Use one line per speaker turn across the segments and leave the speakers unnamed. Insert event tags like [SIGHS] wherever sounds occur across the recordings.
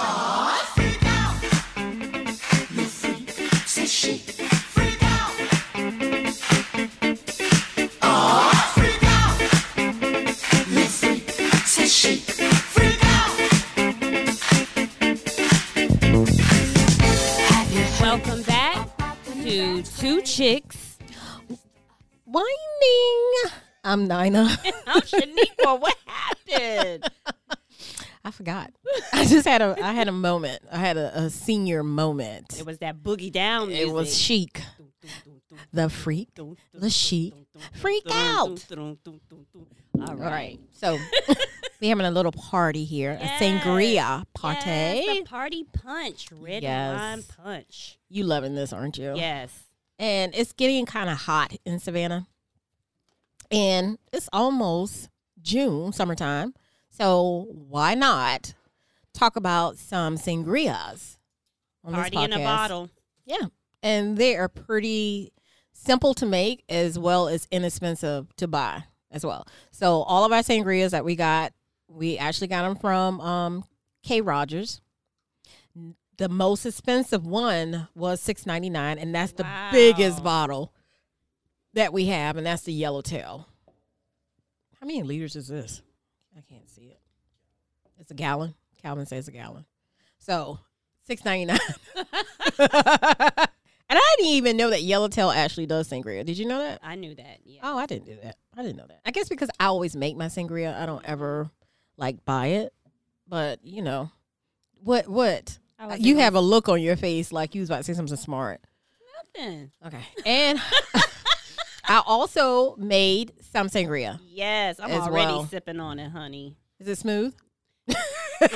Freedom, le fruit, c'est chic. Freedom, oh freedom, le fruit, c'est chic. Freedom,
Welcome back to Two [LAUGHS] Chicks. Whining.
I'm Nina.
I'm Oh, Shaniqua. What happened?
[LAUGHS] I forgot. I just had a I had a moment. I had a, a senior moment.
[LAUGHS] It was that boogie down. Music.
It was chic. The freak.
[LAUGHS]
The chic. Freak out.
All
All
right.
right.
[LAUGHS]
So we're having a little party here. A sangria party.
Yes, a party punch. Red
Yes.
wine punch.
You loving this, aren't you?
Yes.
And it's getting kind of hot in Savannah. And it's almost June, summertime. So why not talk about some sangrias? on this
Party in a
podcast?
bottle.
Yeah. And they are pretty simple to make as well as inexpensive to buy as well. So all of our sangrias that we got, we actually got them from um, K Rogers. The most expensive one was six ninety nine, and that's the
Wow.
biggest bottle that we have, and that's the yellowtail. How many liters is this? I can't see it. It's a gallon. Calvin says a gallon. So six ninety nine. [LAUGHS] and I didn't even know that Yellowtail actually does sangria. Did you know that?
I knew that. Yeah.
Oh, I didn't do that. I didn't know that. I guess because I always make my sangria, I don't ever like buy it. But you know, what what
I wasn't
you
gonna
have a look on your face like you was about to say something smart.
say nothing.
Okay, and [LAUGHS] I also made some sangria.
Yes, I'm
As
already
well.
sipping on it, [LAUGHS] honey.
Is it smooth?
Look,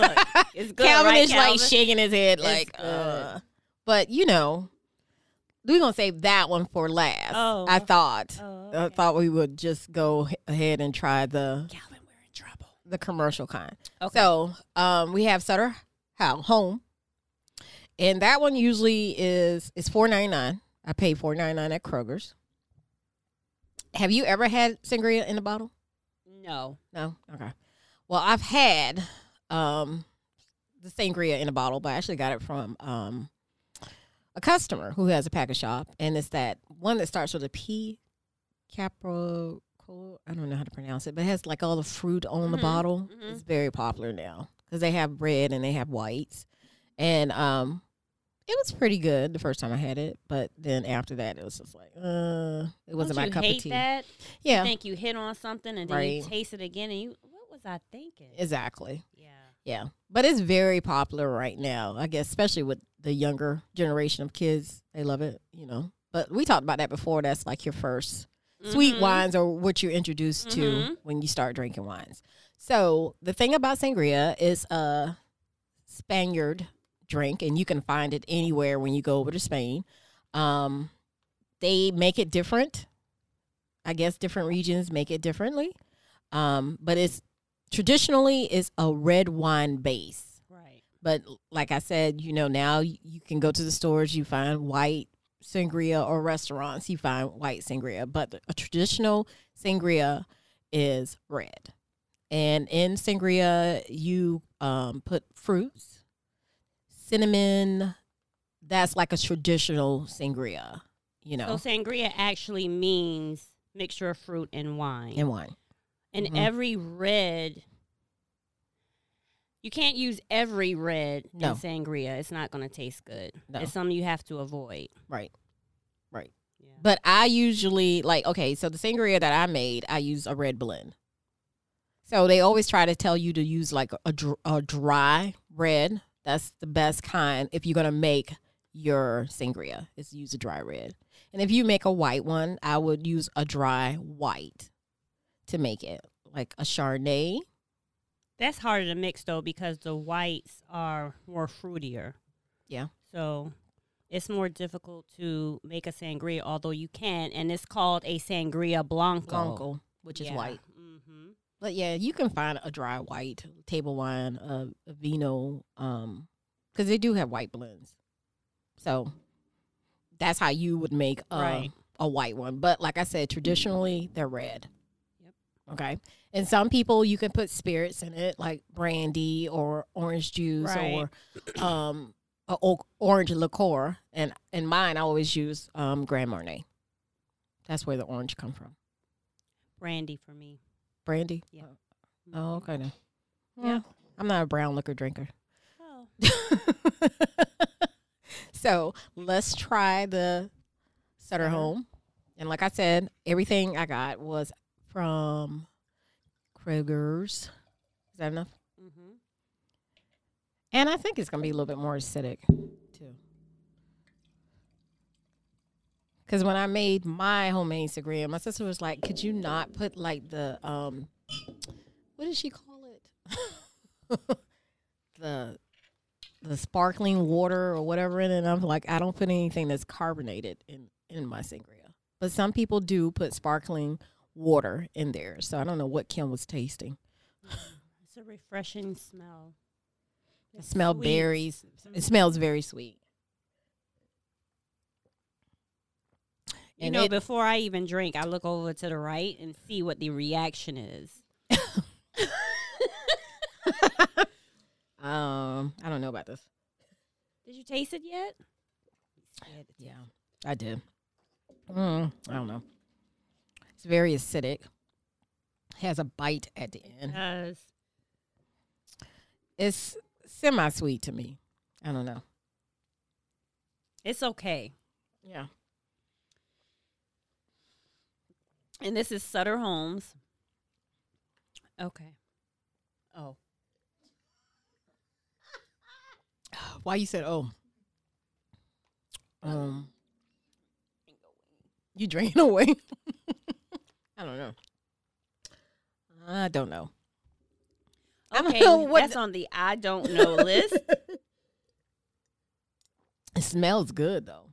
it's good,
Calvin
right,
is
Calvin?
like shaking his head,
It's
like,
good.
uh. but you know, we're gonna save that one for last.
Oh.
I thought,
Oh,
I thought we would just go h- ahead and try the
Calvin, we're in trouble.
the commercial kind.
Okay.
So, um, we have Sutter How Home, and that one usually is is four ninety nine. I pay four ninety nine at Kroger's. Have you ever had sangria in a bottle?
No.
No. Okay. Well, I've had um the sangria in a bottle, but I actually got it from um a customer who has a package shop, and it's that one that starts with a P, Capro. I don't know how to pronounce it, but it has like all the fruit on the
Mhm,
bottle.
mhm.
It's very popular now because they have red and they have whites, and um, it was pretty good the first time I had it. But then after that, it was just like, uh, it
Don't
wasn't my
you
cup
hate
of tea.
That?
Yeah,
Think you hit on something and then you
Right.
taste it again and you. What was I thinking?
exactly.
yeah.
Yeah. But it's very popular right now, I guess, especially with the younger generation of kids. They love it, you know. But we talked about that before. That's like your 1st sweet
Mhm.
wines are what you're introduced to
Mhm.
when you start drinking wines. So the thing about sangria is a Spaniard drink, and you can find it anywhere when you go over to Spain. Um, they make it different. I guess different regions make it differently. Um, but it's traditionally it's a red wine base.
Right.
But like I said, you know, now y- you can go to the stores, you find white sangria or restaurants, you find white sangria. But the- a traditional sangria is red. And in sangria, you um, put fruits, cinnamon. That's like a traditional sangria, you know,
So sangria actually means mixture of fruit and wine.
and wine.
and
Mhm.
every red you can't use every red
No.
in sangria it's not going to taste good
No.
it's something you have to avoid
Right. Right.
yeah.
But I usually like okay, so the sangria that I made, I use a red blend. So they always try to tell you to use like a, dr- a dry red. That's the best kind if you're gonna make your sangria. Is use a dry red, and if you make a white one, I would use a dry white to make it like a Chardonnay.
that's harder to mix though because the whites are more fruitier
Yeah.
so it's more difficult to make a sangria although you can and it's called a sangria blanco,
Blanco, which is white.
hmm
But yeah, you can find a dry white table wine, a, a vino, um, because they do have white blends. So that's how you would make a,
Right.
a white one. But like I said, traditionally they're red.
Yep.
Okay, And some people you can put spirits in it, like brandy or orange juice
Right.
or um a o- orange liqueur. And in mine, I always use um Grand Marnier. That's where the orange come from.
brandy for me. Mm-hmm.
Brandy.
Yeah.
Oh, okay. Then.
Yeah.
I'm not a brown liquor drinker.
Oh.
so let's try the Sutter Home. And like I said, everything I got was from Kroger's. Is that enough?
Mm-hmm.
And I think it's going to be a little bit more acidic too. Because when I made my homemade sangria, my sister was like, could you not put like the, um, what did she call it? [LAUGHS] the the sparkling water or whatever in it. And I'm like, I don't put anything that's carbonated in, in my sangria. But some people do put sparkling water in there. So I don't know what Kim was tasting.
It's a refreshing smell.
I smell
Sweet.
berries. It smells very sweet.
You
and
know,
it-
before I even drink, I look over to the right and see what the reaction is.
Um, I don't know about this.
Did you taste it yet?
Yeah, I did. Mm, I don't know. It's very acidic. Has a bite at the end.
Yes.
It's semi sweet to me. I don't know.
It's okay.
Yeah.
And this is Sutter Holmes.
[LAUGHS]
Okay. Oh.
[SIGHS] Why you said oh?
Oh.
Um, you drinking [LAUGHS] away? I don't know. I don't know. I don't
Okay.
know what
that's on the I don't
[LAUGHS]
know list.
It smells good though.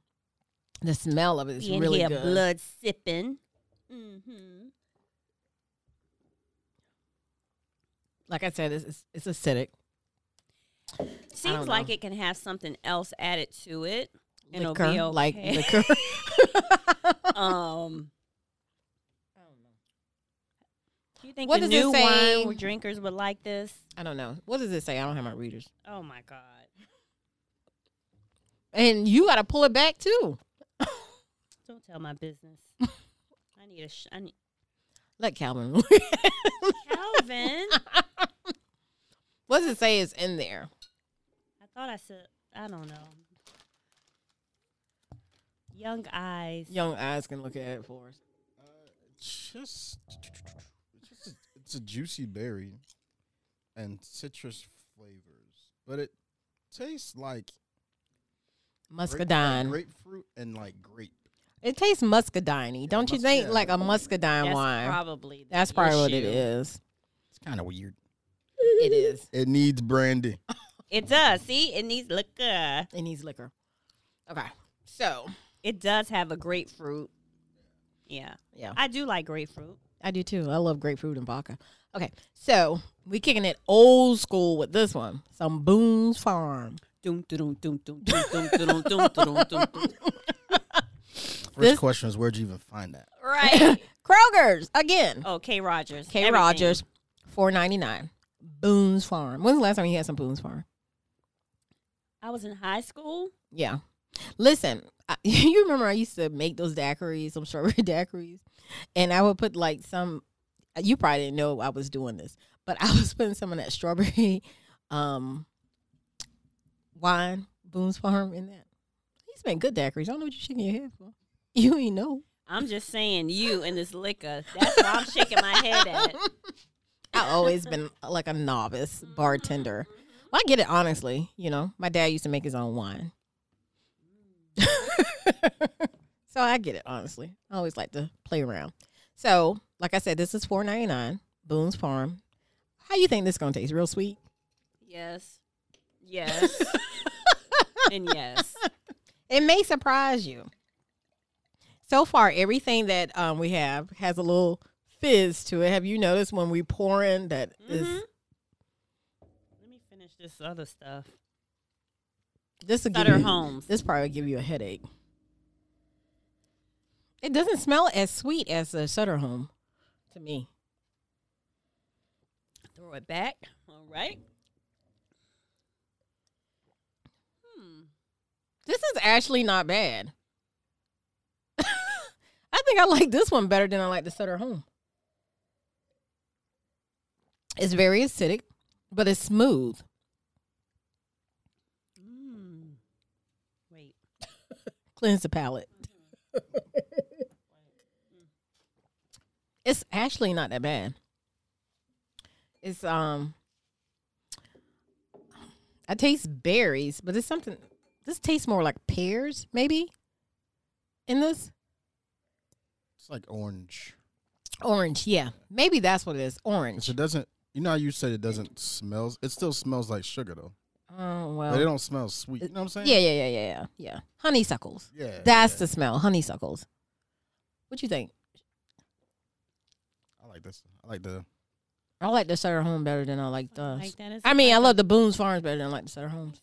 The smell of it is
Being
really
here,
good.
blood sipping. Mm-hmm.
Like I said, it's, it's, it's acidic.
Seems
don't
like
know.
it can have something else added to it. And it'll
liquor,
be
like
okay. [LAUGHS]
liquor. [LAUGHS]
um. Do you think
What
the
does it
new
say?
wine drinkers would like this?
I don't know. What does it say? I don't have my readers.
Oh my god!
And you got to pull it back too.
Don't tell my
[LAUGHS]
business. I need a. Sh- I need
Let Calvin. [LAUGHS]
Calvin.
what does it say is in there?
I thought I said. I don't know. Young eyes.
Young eyes can look at it for us.
It's just, it's, just a, it's a juicy berry and citrus flavors, but it tastes like grape- like
Muscadine.
grapefruit, and like grape.
It tastes muscadiney. Don't you
musc-
think?
yeah.
Like a muscadine
That's
wine.
probably. the
That's probably what it
issue.
is.
It's kind of weird.
It is.
It
[LAUGHS]
needs brandy.
It does. See, it needs liquor.
It needs liquor. Okay. So,
It does have a grapefruit. Yeah,
yeah.
I do like grapefruit.
I do too. I love grapefruit and vodka. Okay, so we kicking it old school with this one. Some Boone's Farm.
Doom, doom, doom, doom, doom, doom, doom, doom, doom, doom, doom.
First
This-
question is where'd you even find that?
[LAUGHS]
Right.
[COUGHS] Kroger's again.
Oh, K. Rogers.
K.
Everything.
Rogers, four ninety nine. Boone's Farm. When's the last time you had some Boone's Farm?
I was in high school.
Yeah. Listen, I, [LAUGHS] you remember I used to make those daiquiris, some strawberry [LAUGHS] daiquiris, and I would put like some. You probably didn't know I was doing this, but I [LAUGHS] was putting some of that strawberry um, wine, Boone's Farm, in that. He's made good daiquiris. I don't know what you're shaking your head for. You ain't know.
I'm just saying, you and this liquor. That's what I'm shaking my head at.
I always been uh, like a novice bartender. Well, I get it honestly. You know, my dad used to make his own wine, [LAUGHS] so I get it honestly. I always like to play around. So, like I said, this is four ninety nine Boone's Farm. How you think this gonna taste? Real sweet?
Yes.
[LAUGHS]
Yes. and yes.
It may surprise you. So far, everything that um, we have has a little fizz to it. Have you noticed when we pour in that is
Mhm. Let me finish this other stuff.
this will give
Sutter
you-
Homes.
This probably would give you a headache. It doesn't smell as sweet as the Sutter Home to me.
Throw it back. All right. Hmm.
This is actually not bad. [LAUGHS] I think I like this one better than I like the Sutter Home. It's very acidic, but it's smooth.
Mm. Wait.
Cleanse the palate. it's actually not that bad. It's um I taste berries, but it's something this tastes more like pears, maybe in this.
It's like orange.
Orange, yeah. Maybe that's what it is.
Cause
Orange.
it doesn't. You know how you said it doesn't smells. It still smells like sugar though,
Oh
but it
well.
don't smell sweet. You know what I'm saying?
Yeah, yeah, yeah, yeah, yeah. Yeah. Honeysuckles.
Yeah.
That's
yeah.
the smell. Honeysuckles. What you think?
I like this. I like the.
I like the Sutter Home better than I like the.
Like that is
I mean, I
like
love the Boone's Farms better than I like the Sutter
a-
Homes.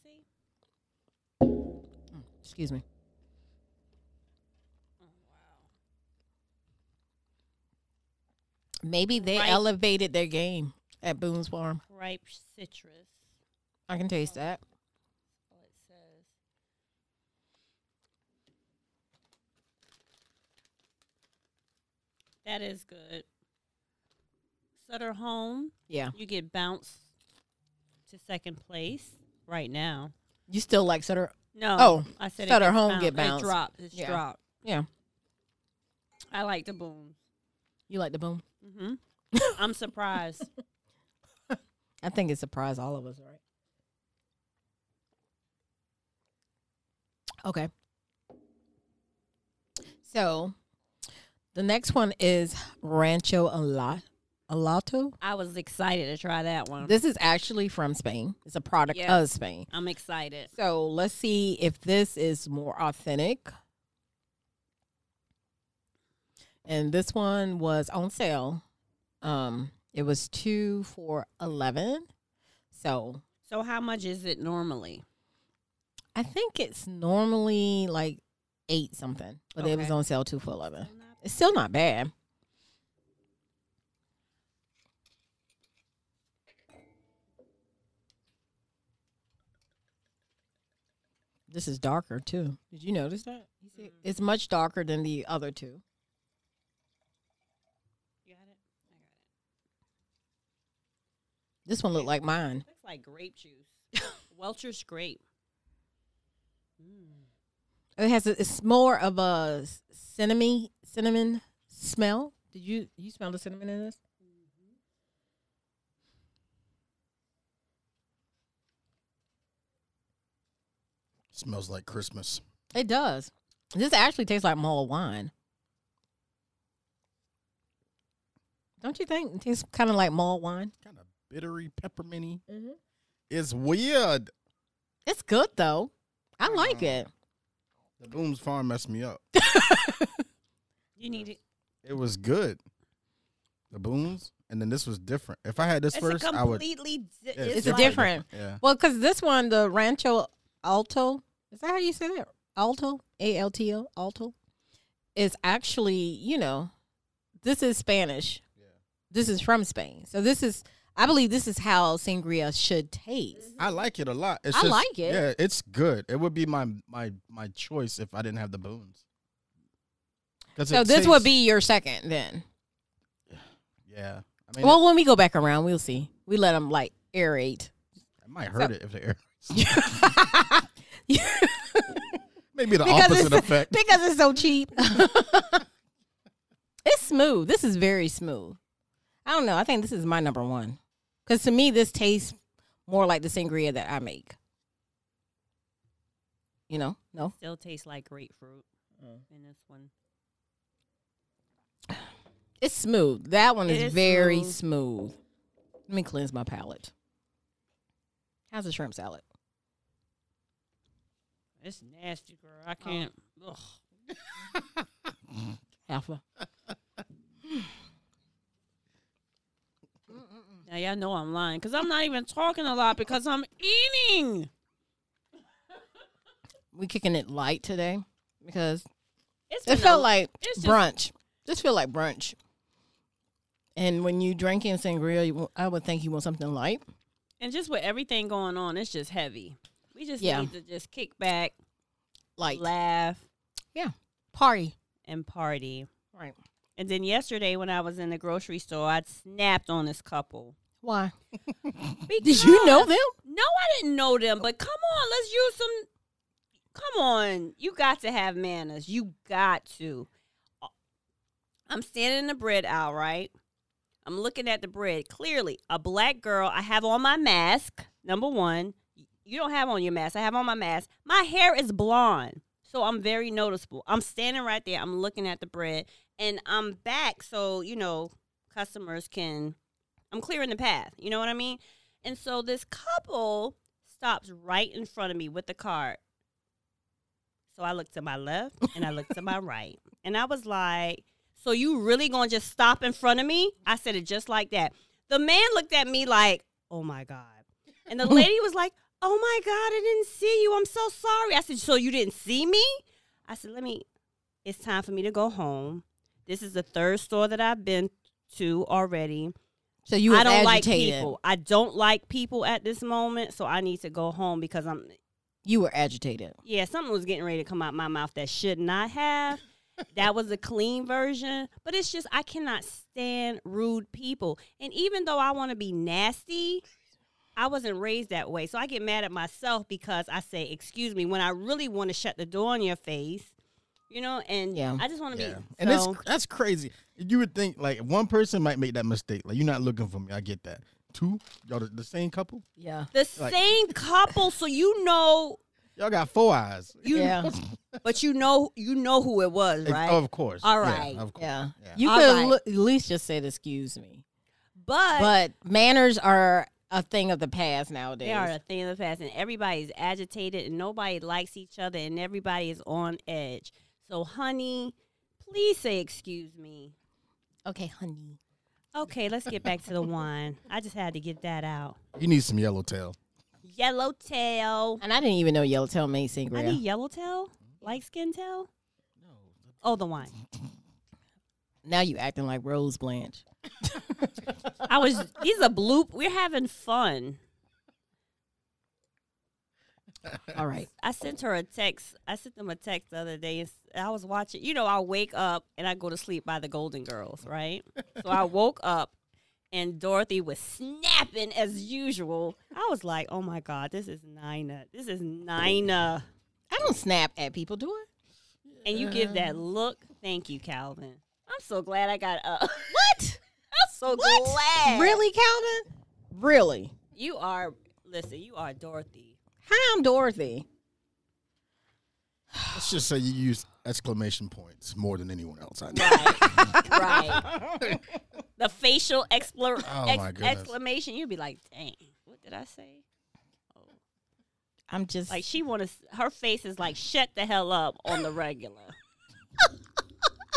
Excuse me.
Oh,
Maybe they
Right.
elevated their game at Boone's Farm.
Ripe citrus.
I can taste that.
Well, it says. That is good. Sutter Home,
Yeah.
you get bounced to second place right now.
You still like Sutter?
No.
Oh,
I said
Sutter
it gets
Home get bounced.
It dropped. It's
Yeah.
dropped.
Yeah.
I like the boom.
You like the Boone?
hmm [LAUGHS] I'm surprised.
I think it surprised all of us, right? Okay. So the next one is Rancho Ala- Alato.
I was excited to try that one.
This is actually from Spain. It's a product
Yeah.
of Spain.
I'm excited.
So let's see if this is more authentic. And this one was on sale. Um, it was two for eleven. So
So, how much is it normally?
I think it's normally like eight something, but it was
Okay.
on sale two for eleven. It's still not bad. This is darker too. Did you notice that? You see- It's much darker than the other two.
You got it? I got it.
This one looked like mine.
Looks like grape [LAUGHS] juice. Welch's grape.
It has a, it's more of a s- cinnamon cinnamon smell. Did you you smell the cinnamon in this?
Smells like Christmas.
It does. This actually tastes like mulled wine. Don't you think it tastes kind of like mulled wine?
Kind of bittery, pepperminty.
Mhm.
It's weird.
It's good though. I like it.
Mm. The Booms Farm messed me up.
You need it.
It was good. The Booms, and then this was different. If I had this
It's
first,
a
I would.
completely. Di-
Yeah,
it's
It's a
like-
different.
Yeah.
Well, because this one, the Rancho Alto, is that how you say it? Alto, A L T O, Alto, is actually you know, this is Spanish.
Yeah.
This is from Spain, so this is I believe this is how sangria should taste.
I like it a lot. It's
I
just-
like it.
Yeah, it's good. It would be my my my choice if I didn't have the Booms. 'Cause
So
it
this would
tastes-
be your second then.
Yeah. I mean,
Well, when we go back around, we'll see. We let them like aerate. [LAUGHS]
it might hurt
so-
it if they air. [LAUGHS]
Yeah,
Maybe the
because
opposite
it's, [LAUGHS]
effect.
Because it's so cheap. it's smooth. This is very smooth. I don't know. I think this is my number one. Because to me, this tastes more like the sangria that I make. You know? No?
Still tastes like grapefruit
Mm.
in this one.
It's smooth. That one
It
is
is
very
smooth.
smooth. Let me cleanse my palate. How's the shrimp salad?
It's nasty, girl. I can't. Ugh.
Alpha.
Now y'all know I'm lying because I'm not even talking a lot because I'm eating.
We kicking it light today because
It's
It
been a-
felt like
it's just-
brunch. Just feel like brunch. And when you drinking sangria, you, wa- I would think you want something light.
And just with everything going on, it's just heavy. We just
Yeah.
need to just kick back,
Light.
laugh,
Party.
and party.
Right.
And then yesterday, when I was in the grocery store, I snapped on this couple.
Why?
Because-
Did you know them?
No, I didn't know them. But come on, let's use some. Come on, you got to have manners. You got to. Uh, I'm standing in the bread aisle, right? I'm looking at the bread. Clearly, a black girl. I have on my mask. Number one, you don't have on your mask. I have on my mask. My hair is blonde, so I'm very noticeable. I'm standing right there. I'm looking at the bread, and I'm back, so you know customers can. I'm clearing the path. You know what I mean? And so this couple stops right in front of me with the cart. So I look to my left and I look to my right. And I was like, So you really gonna just stop in front of me? I said it just like that. The man looked at me like, Oh my God. And the lady was like, Oh my God, I didn't see you. I'm so sorry. I said, So you didn't see me? I said, Let me, it's time for me to go home. This is the third store that I've been to already.
So you was
I don't
agitated.
like people. I don't like people at this moment, so I need to go home because I'm
You were agitated.
yeah, something was getting ready to come out my mouth that should not have. that was a clean version, but it's just I cannot stand rude people. And even though I want to be nasty, I wasn't raised that way. So I get mad at myself because I say, "Excuse me," when I really want to shut the door on your face. You know, and
Yeah.
I just want to
Yeah,
be
and it's
so-
that's crazy. You would think like one person might make that mistake. Like you're not looking for me. I get that. Two, y'all the, the same couple.
Yeah.
the
like-
same couple, so you know
Y'all got four eyes.
you
yeah.
But you know, you know who it was,
Ex- oh,
right?
Of course.
All
Yeah,
right.
of course.
Yeah.
Yeah.
You
All
could
right.
lo- at least just said, excuse me.
but,
But manners are a thing of the past nowadays.
they are a thing of the past, and everybody's agitated, and nobody likes each other, and everybody is on edge. So, honey, please say excuse me.
Okay, honey.
Okay, let's get back to [LAUGHS] the wine. I just had to get that out.
You need some yellowtail.
Yellowtail.
And I didn't even know Yellowtail made
I
sangria.
need yellowtail, like skin tail.
No.
Oh, the wine.
now you acting like
[LAUGHS]
Rose Blanche.
I was. These are bloop. We're having fun.
All right.
I sent her a text. I sent them a text the other day. and s- I was watching. You know, I wake up and I go to sleep by the Golden Girls, right? so I woke up and Dorothy was snapping as usual. I was like, "Oh my god, this is Nina. This is Nina."
I don't snap at people, do I?
And you give that look. Thank you, Calvin. I'm so glad I got up. [LAUGHS] What? I'm so glad.
Really, Calvin? Really?
You are. Listen, you are Dorothy.
Hi, I'm Dorothy.
Let's just say you use exclamation points more than anyone else. I know.
Right. right. [LAUGHS] The facial expla-
Oh,
ex-
my goodness.
exclamation. You'd be like, dang, what did I say?
I'm just
Like, she want to, her face is like, shut the hell up on the regular.
[LAUGHS]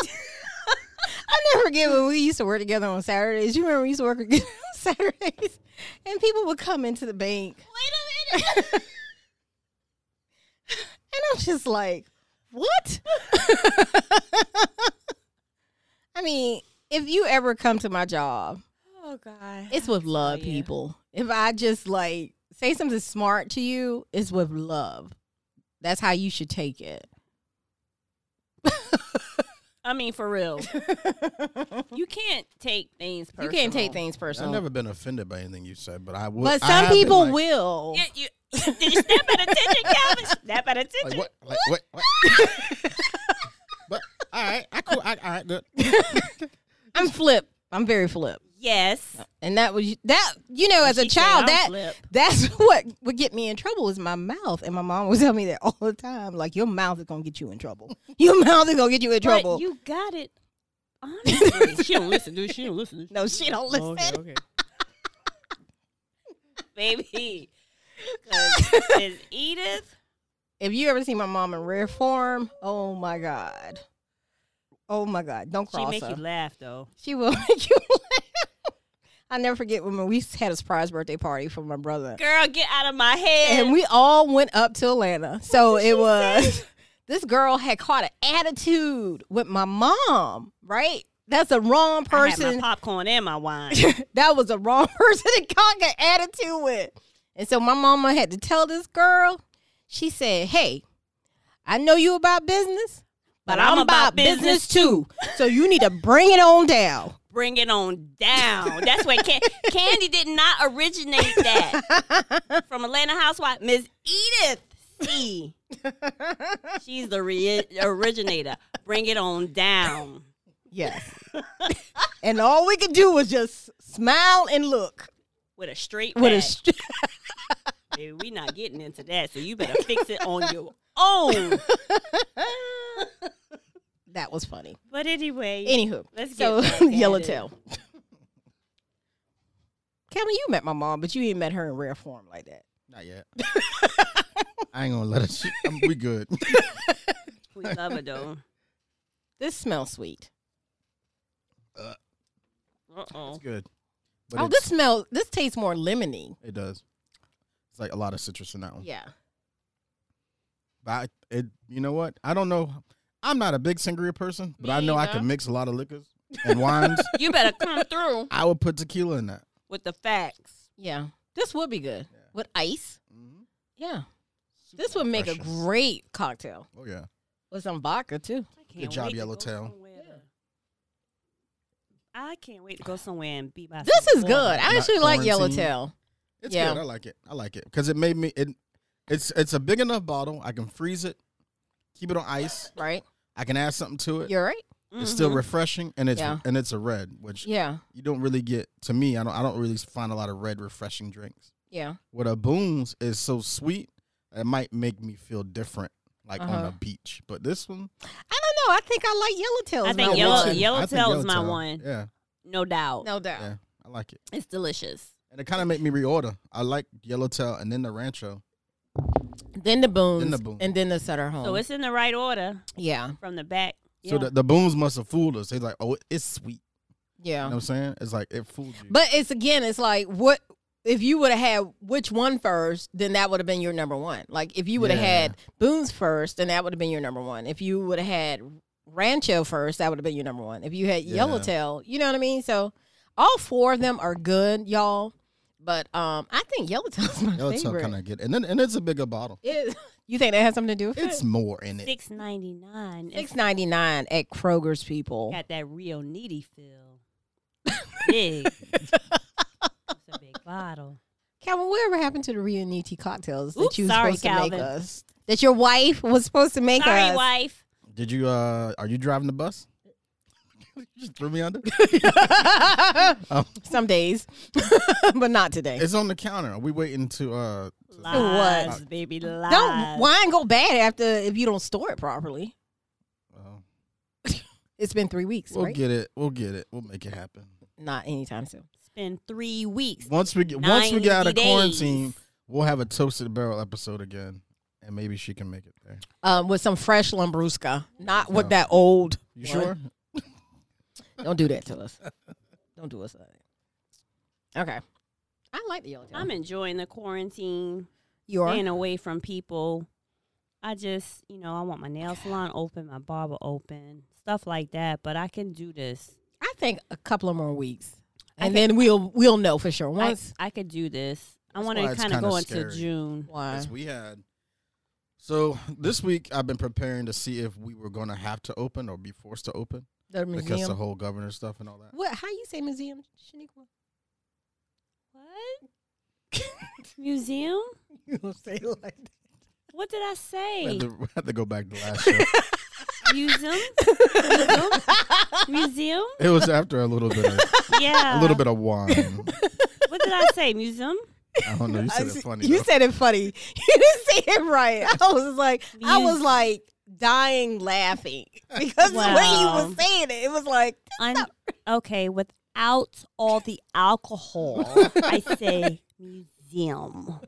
I never forget when we used to work together on Saturdays. You remember we used to work [LAUGHS] together on Saturdays, and people would come into the bank. Wait a minute. [LAUGHS] and I'm just like, what? [LAUGHS] I mean, if you ever come to my job,
Oh, God.
it's with love,
yeah.
people. If I just like say something smart to you, it's with love. That's how you should take it.
I mean, for [LAUGHS] real. you can't take things
You
personal.
can't take things
I've
personal.
never been offended by anything you said, but I would.
but
I
some
have been
people
like-
will.
Yeah, you, [LAUGHS] did you snap at attention, Calvin? Snap at attention.
Like what? Like what? what? but all right, I cool. I, all right, good.
I'm flip. I'm very flip.
Yes.
And that was that you know, as a
She said,
child,
"I'm
that
flip."
that's [LAUGHS] what would get me in trouble is my mouth. And my mom would tell me that all the time. Like your mouth is gonna get you in trouble. [LAUGHS] Your mouth is gonna get you in trouble.
But you got [LAUGHS] it. Honestly. she don't listen, dude. She don't listen.
[LAUGHS] no, she don't listen. [LAUGHS]
baby. [LAUGHS] 'Cause Miss Edith,
If you ever see my mom in rare form, oh my god. Oh my god. Don't
she
cross
make
her.
you laugh though.
she will [LAUGHS] make you laugh. I never forget when we had a surprise birthday party for my brother.
Girl, get out of my head.
and we all went up to Atlanta. So it [LAUGHS] was this girl had caught an attitude with my mom, right? That's a wrong
I had my
person.
popcorn and my
[LAUGHS]
wine.
that was a wrong [LAUGHS] person to conquer attitude with. And so my mama had to tell this girl, she said, Hey, I know you about business, but, I'm, about, business, too. so you need to bring it on down.
Bring it on down. That's where Can- Candy did not originate that
[LAUGHS]
from Atlanta Housewife. Miss Edith C. She's the re- originator. Bring it on down.
[LAUGHS] Yes. and all we could do was just smile and look.
with a straight
With a
back. Baby, we not getting into that, so you better fix it on your
[LAUGHS]
own.
That was funny.
But anyway,
Anywho,
Let's
so [LAUGHS]
get back at it.
Yellowtail. Kevin, you met my mom, but you ain't met her in rare form like that.
Not yet. I ain't gonna let us. I'm, we good. [LAUGHS]
we love it though.
This smells sweet.
Uh oh.
It's good. But
Oh,
it,
this smells. This tastes more lemony.
it does. It's like a lot of citrus in that one.
Yeah.
But I, it, you know what? I don't know. I'm not a big sangria person, but I
Me
know I
neither.
can mix a lot of liquors and wines.
You better come through
I would put tequila in that.
with the facts.
[LAUGHS] Yeah. This would be good
Yeah.
with ice.
Mhm.
Yeah. This would make
Precious.
a great cocktail
Oh yeah.
with some vodka too.
I can't
job,
wait to go
Yellowtail.
somewhere. I can't wait to go somewhere and be by.
This
some
is
water.
good. I actually like
quarantined.
Yellowtail.
It's
Yeah.
good. I like it. I like it because it made me. It, it's it's a big enough bottle. I can freeze it, keep it on ice.
Right.
I can add something to it.
You're right.
It's still
Mhm.
refreshing, and it's
Yeah.
and it's a red, which
Yeah.
you don't really get. To me, I don't. I don't really find a lot of red refreshing drinks.
Yeah.
What a booms is so sweet. It might make me feel different, like on
Uh-huh.
a beach. But this one,
I don't know. I think I like Yellowtail.
I
as
think
my
Yellow-
I
one.
think
Yellowtail is my one.
Yeah,
no doubt.
No doubt.
yeah, I like it,
It's delicious.
and it kind of made me reorder. I like Yellowtail and then the Rancho.
Then the booms.
Boons.
And then the Sutter Home.
So it's in the right order
yeah.
from the back.
Um, So the, the booms must have fooled us. They're like, oh, it's sweet. You
Yeah.
know what I'm saying? It's like it fooled you.
Uh-huh. But it's again, it's like what if you would have had which one first, then that would have been your number one. Like if you would have
Yeah.
had Boone's first, then that would have been your number one. If you would have had Rancho first, that would have been your number one. If you had
Yeah.
Yellowtail, you know what I mean? So all four of them are good, y'all. But um, I think Yellowtail's [LAUGHS] my
Yellowtail
favorite.
kind of good, and then and it's a bigger bottle.
It- [LAUGHS] you think that has something to do with
It's
it?
more in it.
six ninety nine.
Six ninety nine at Kroger's, people.
got that real needy feel.
[LAUGHS]
Big. it's a big
[LAUGHS]
bottle.
Calvin, whatever happened to the Rio Niti cocktails that
Oops,
you were
sorry,
supposed to
Calvin.
make us? That your wife was supposed to make
Sorry,
us.
wife.
Did you? uh Are you driving the bus? [LAUGHS] you just threw me under.
[LAUGHS]
Um,
Some days, [LAUGHS] but not today.
it's on the counter. Are we waiting to? uh
Lies, baby, lies.
Don't wine go bad after if you don't store it properly.
well,
It's been three weeks,
We'll
right?
get it. We'll get it. We'll make it happen.
not anytime soon.
It's been three weeks.
Once we get once we get out of
90 days.
quarantine, we'll have a toasted barrel episode again, and maybe she can make it there.
Um, with some fresh lambrusca, not with
No.
that old.
You
one.
sure?
Don't do that to
[LAUGHS]
us. don't do us that. Okay, I like the yellow.
I'm enjoying the quarantine,
You are.
being away from people. I just, you know, I want my nail salon open, my barber open, stuff like that. But I can do this.
I think a couple of more weeks,
I
and
think-
then we'll we'll know for sure.
I,
Once
I could do this. I
That's
want
why
to
it's
kind of
kinda
go
scary.
into June.
why?
Yes, we had. So this week I've been preparing to see if we were going to have to open or be forced to open
The
because the
museum.
whole governor stuff and all that.
What? How you say museum, Shaniqua?
What? Museum?
[LAUGHS] You don't say it like that.
What did I
We had,
say?
to, we had to go back to
[LAUGHS]
last show.
Museum? Museum?
it was after a little bit, of,
Yeah.
a little bit of wine.
What did I say? Museum?
I don't know. You
[LAUGHS]
said
I see-
it funny.
You
though.
said it funny. [LAUGHS] You didn't say it right. I was like, I
You-
was like dying laughing [LAUGHS] because the way you
Wow.
was saying it, it was like,
Un- okay, without all the alcohol, I say museum.
you didn't say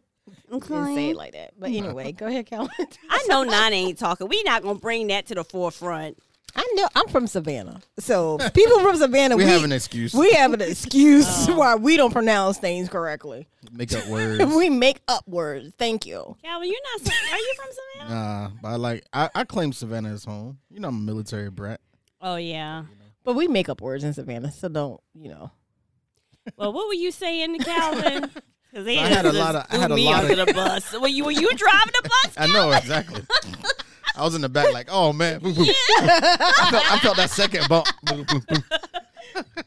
Okay.
it like that. But anyway, go ahead, Calvin.
I know Nana ain't talking. We not gonna bring that to the forefront.
[LAUGHS] I know I'm from Savannah,
[LAUGHS]
so people from Savannah,
we,
we,
have an excuse.
we have an excuse [LAUGHS] why we don't pronounce things correctly. [LAUGHS]
make up words.
We make up words. Thank you.
Calvin, you're not. Sa- Are you from Savannah?
nah, but I like I, I claim Savannah is home. You know I'm a military brat.
Oh yeah.
But we make up words in Savannah, so don't you know?
Well, what were you saying,
[LAUGHS]
Calvin? Because they
I had a
just
lot of- I
threw
had a
me
lot of-
under the bus. Were you were you driving the
[LAUGHS]
bus?
I know exactly. I was in the back like, oh man, Boop, boop. I, felt, I felt that second bump. Boop, boop, boop.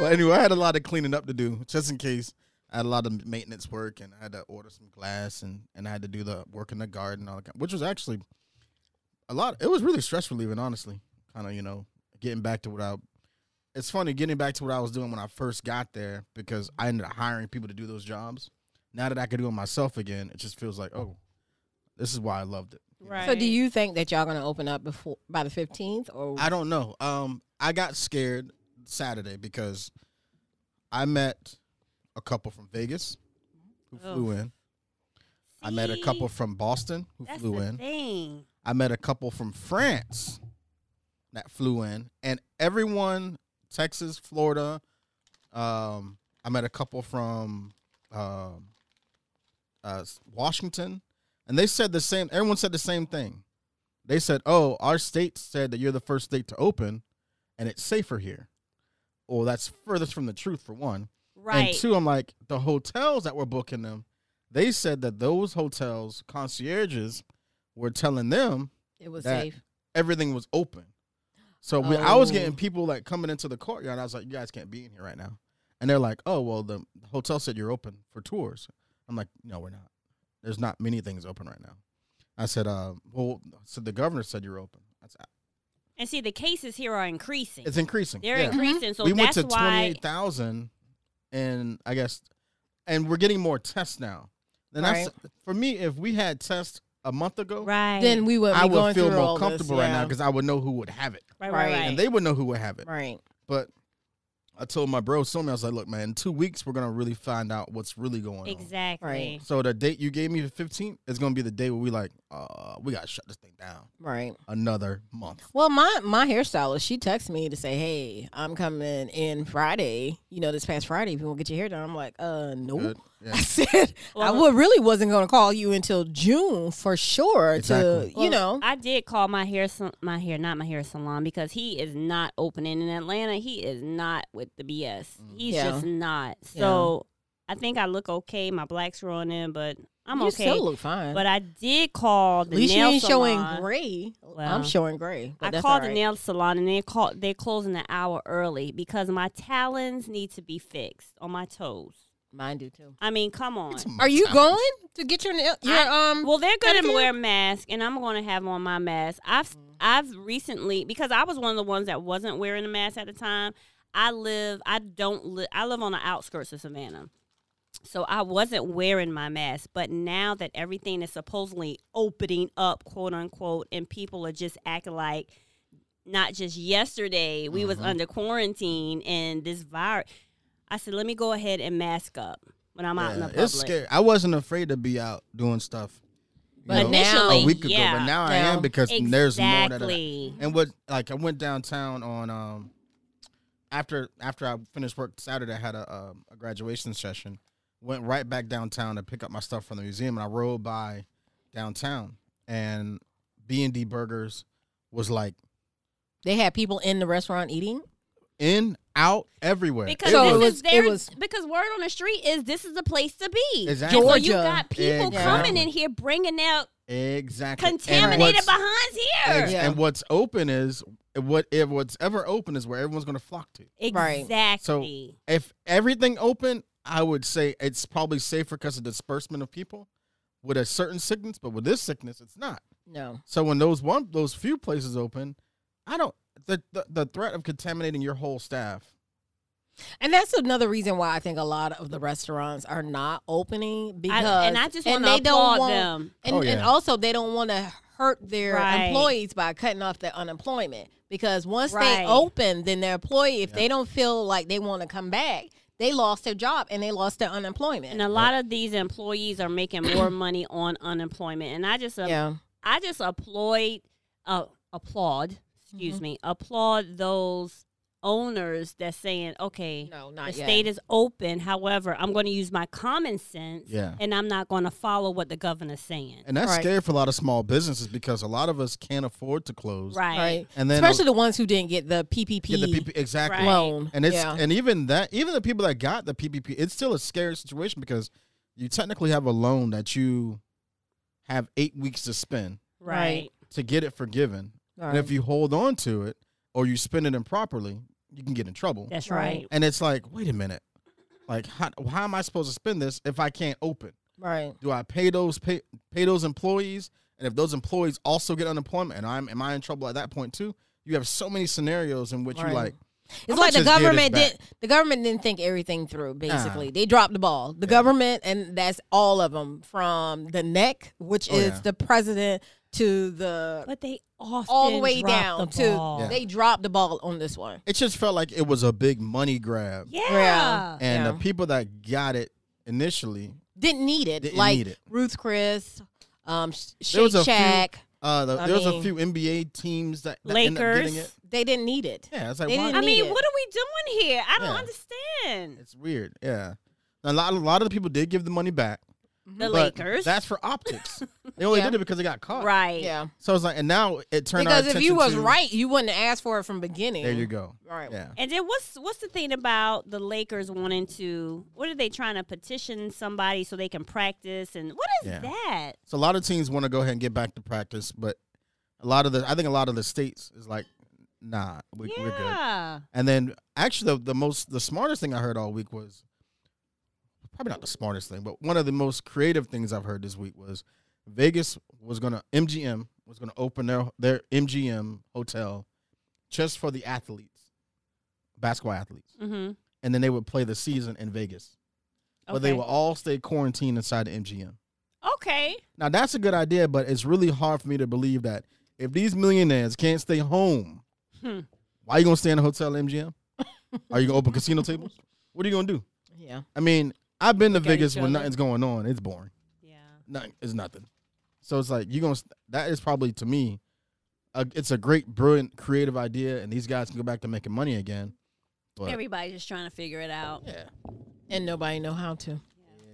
but anyway, I had a lot of cleaning up to do, just in case. I had a lot of maintenance work, and I had to order some glass, and and I had to do the work in the garden, all that, kind- which was actually a lot. It was really stress relieving, honestly. Kind of, you know, getting back to what I. It's funny getting back to what I was doing when I first got there because I ended up hiring people to do those jobs. Now that I can do it myself again, it just feels like, oh, this is why I loved it.
Right.
So, do you think that y'all gonna open up before by the fifteenth, or
I don't know. Um, I got scared Saturday because I met a couple from Vegas who flew in. I met a couple
Oh. See?
from Boston who
That's
flew
the
in.
thing.
I met a couple from France that flew in, and everyone Texas, Florida. Um, I met a couple from um, uh, s- Washington, and they said the same. Everyone said the same thing. They said, "Oh, our state said that you're the first state to open, and it's safer here." Well, that's furthest from the truth for one,
Right.
and two, I'm like the hotels that were booking them. They said that those hotels concierges were telling them
it was
that-
safe?
everything was open. So we, I was
Oh.
getting people like coming into the courtyard. I was like, "You guys can't be in here right now," and they're like, "Oh, well, the hotel said you're open for tours." I'm like, "No, we're not. There's not many things open right now." I said, uh, "Well, so the governor said you're open. That's,
and see, the cases here are increasing.
it's increasing.
They're
Yeah.
increasing, so
we
that's
went to twenty
why.
eight thousand, and I guess, and we're getting more tests now. And that's for me. If we had tests a month ago,
Right.
Then we would.
I
be going
would feel
through all
more
this,
comfortable right now
yeah.
because I would know who would have it,
right, right,
Right.
right.
and they would know who would have it.
right.
But I told my bro, something, I was like, look, man, in two weeks, we're going to really find out what's really going on.
exactly.
Right.
So the date you gave me, the 15th, is going to be the day where we like, uh, we got to shut this thing down
Right.
another month.
Well, my my hairstylist, she texted me to say, "Hey, I'm coming in Friday. You know, this past Friday, if you want to get your hair done." I'm like, "Uh, no." [LAUGHS]
Good.
I
Yeah.
said I
Well-
would really wasn't going to call you until June for sure
Exactly.
to you know
Well, I did call my hair sal- my hair not my hair salon because he is not opening in Atlanta. He is not with the BS. He's
Yeah.
just not. So I think I look okay. My black's growing in, but I'm
you
okay.
still look fine.
but I did call
at
the
least you
nail
ain't showing
salon.
gray.
Well,
I'm showing gray. but
I
that's
called
all
the
right.
nail salon and they called they're closing an hour early because my talons need to be fixed on my toes.
Mine do too.
I mean, come on.
Are you going to get your nail? Your
I-
um.
well they're gonna
pedicure?
wear masks and i'm gonna have on my mask i've
Mm-hmm.
i've recently because i was one of the ones that wasn't wearing a mask at the time i live i don't live i live on the outskirts of savannah so i wasn't wearing my mask but now that everything is supposedly opening up quote unquote and people are just acting like not just yesterday we
Mm-hmm.
was under quarantine and this virus i said let me go ahead and mask up when i'm out in the
Yeah,
public
it's scary. I wasn't afraid to be out doing stuff. you
But now-
a week ago,
yeah.
but now I
Now.
am because there's more that I,
Exactly.
and what like I went downtown on um after after I finished work Saturday, I had a um, a graduation session. Went right back downtown to pick up my stuff from the museum, and I rode by downtown, and B and D Burgers was like
They had people in the restaurant eating.
in out everywhere.
Because
So
this
it
is
was-
their,
it was-
because word on the street is this is the place to be.
Exactly.
And so you
Georgia.
got people
Exactly.
coming in here bringing out
exactly And
contaminated
what's-
behinds here.
ex-
Yeah.
And what's open is what if what's ever open is where everyone's going to flock to.
Right.
Exactly.
if everything open, I would say it's probably safer because of disbursement of people with a certain sickness, but with this sickness, it's not.
No.
So when those one those few places open, I don't the the, the threat of contaminating your whole staff.
And that's another reason why I think a lot of the restaurants are not opening because
I, and I just want
and
to
they don't
applaud
want-
them.
And,
Oh,
and
yeah.
also they don't want to hurt their
Right.
employees by cutting off their unemployment because once
Right.
they open, then their employee, if
Yeah.
they don't feel like they want to come back, they lost their job and they lost their unemployment.
And a lot of these employees are making
[COUGHS]
more money on unemployment. And I just uh, um,
yeah,
I
Mm-hmm.
just applaud, uh, applaud, excuse me, applaud those owners that's saying, okay,
No,
the
not yet.
state is open. However, I'm going to use my common sense
Yeah.
and I'm not going to follow what the governor's saying.
And that's
Right.
scary for a lot of small businesses because a lot of us can't afford to close.
right.
right.
And then
especially the ones who didn't get the PPP,
Yeah, the PP, exactly.
Right.
loan.
And it's
yeah.
and even that even the people that got the PPP, it's still a scary situation because you technically have a loan that you have eight weeks to spend
Right.
to get it forgiven.
All
And
right.
if you hold on to it or you spend it improperly, you can get in trouble.
That's
Right.
right.
And it's like, wait a minute. Like how, how am I supposed to spend this if I can't open?
right,
Do I pay those pay, pay those employees? And if those employees also get unemployment and I'm am I in trouble at that point too? You have so many scenarios in which
Right.
you like
it's
much
like the
is Gator's
government
back?
didn't. The government didn't think everything through. Basically, they dropped the ball. The government, and that's all of them, from the neck, which
Oh,
is
yeah.
the president, to the
But they often
all the way
drop
down
the
to
ball.
Yeah.
they dropped the ball on this one.
it just felt like it was a big money grab.
Yeah.
Yeah.
And the
Yeah.
people that got it initially,
Didn't need it.
Didn't
like
need it.
Ruth's Chris, um, Sh-
There was
Shake
a few-
Shack.
uh, the,
I
there was a
mean-
few NBA teams that, that ended up getting it.
Lakers.
they didn't need it.
Yeah, it's like
They
why?
I
didn't
mean,
Need it.
what are we doing here? I don't
Yeah.
Mm-hmm.
understand.
It's weird. Yeah, a lot a lot of the people did give the money back.
The
but
Lakers.
That's for
[LAUGHS]
optics. they only
Yeah.
did it because they got caught.
right.
Yeah,
So it's like, and now it turned our
because if you
attention
was
to-
right, you wouldn't ask for it from beginning.
There you go.
Right.
Yeah.
And then what's what's the thing about the Lakers wanting to? What are they trying to petition somebody so they can practice? And what is
Yeah.
that?
So a lot of teams want to go ahead and get back to practice, but a lot of the I think a lot of the states is like, nah, we, we're good.
Yeah,
And then actually the, the most the smartest thing I heard all week was probably not the smartest thing, but one of the most creative things I've heard this week was Vegas was gonna MGM was gonna open their their MGM hotel just for the athletes, basketball athletes.
Mm-hmm.
And then they would play the season in Vegas. But they
Okay.
will all stay quarantined inside the MGM.
okay.
Now that's a good idea, but it's really hard for me to believe that if these millionaires can't stay home,
Hmm.
why are you gonna stay in a hotel at MGM? are you gonna open casino tables? What are you gonna do?
Yeah.
I mean, I've been to
Look at
Vegas
each
when
other.
nothing's going on. It's boring.
Yeah.
Nothing. It's nothing. So it's like you're gonna. st- That is probably to me, a, it's a great, brilliant, creative idea, and these guys can go back to making money again. But
Everybody's just trying to figure it out.
yeah,
And nobody know how to.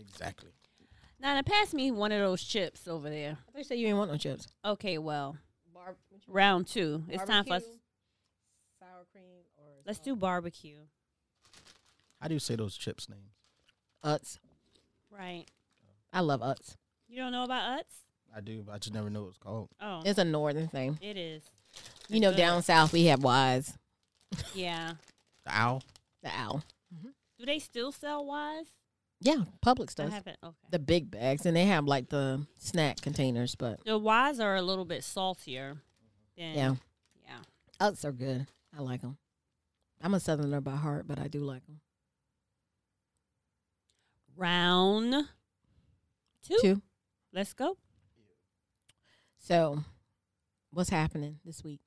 exactly.
Now, pass me one of those chips over there.
They say you didn't want no chips.
Okay, well, round two. It's time for us.
sour cream or
Let's do barbecue.
How do you say those chips names?
Utz.
Right.
I love Utz.
You don't know about Utz?
I do, but I just never know what it's called.
Oh,
It's a northern thing.
it is.
You know, down south we have Wise,
Yeah.
The owl.
the owl.
Do they still sell Wise?
Yeah, Publix
I
does
haven't. Okay.
the big bags, and they have like the snack containers. But
The Wise are a little bit saltier. Than,
yeah,
Yeah.
Utz are good. I like them. I'm a southerner by heart, but I do like them.
Round 2
Two.
Let's go.
So, what's happening this week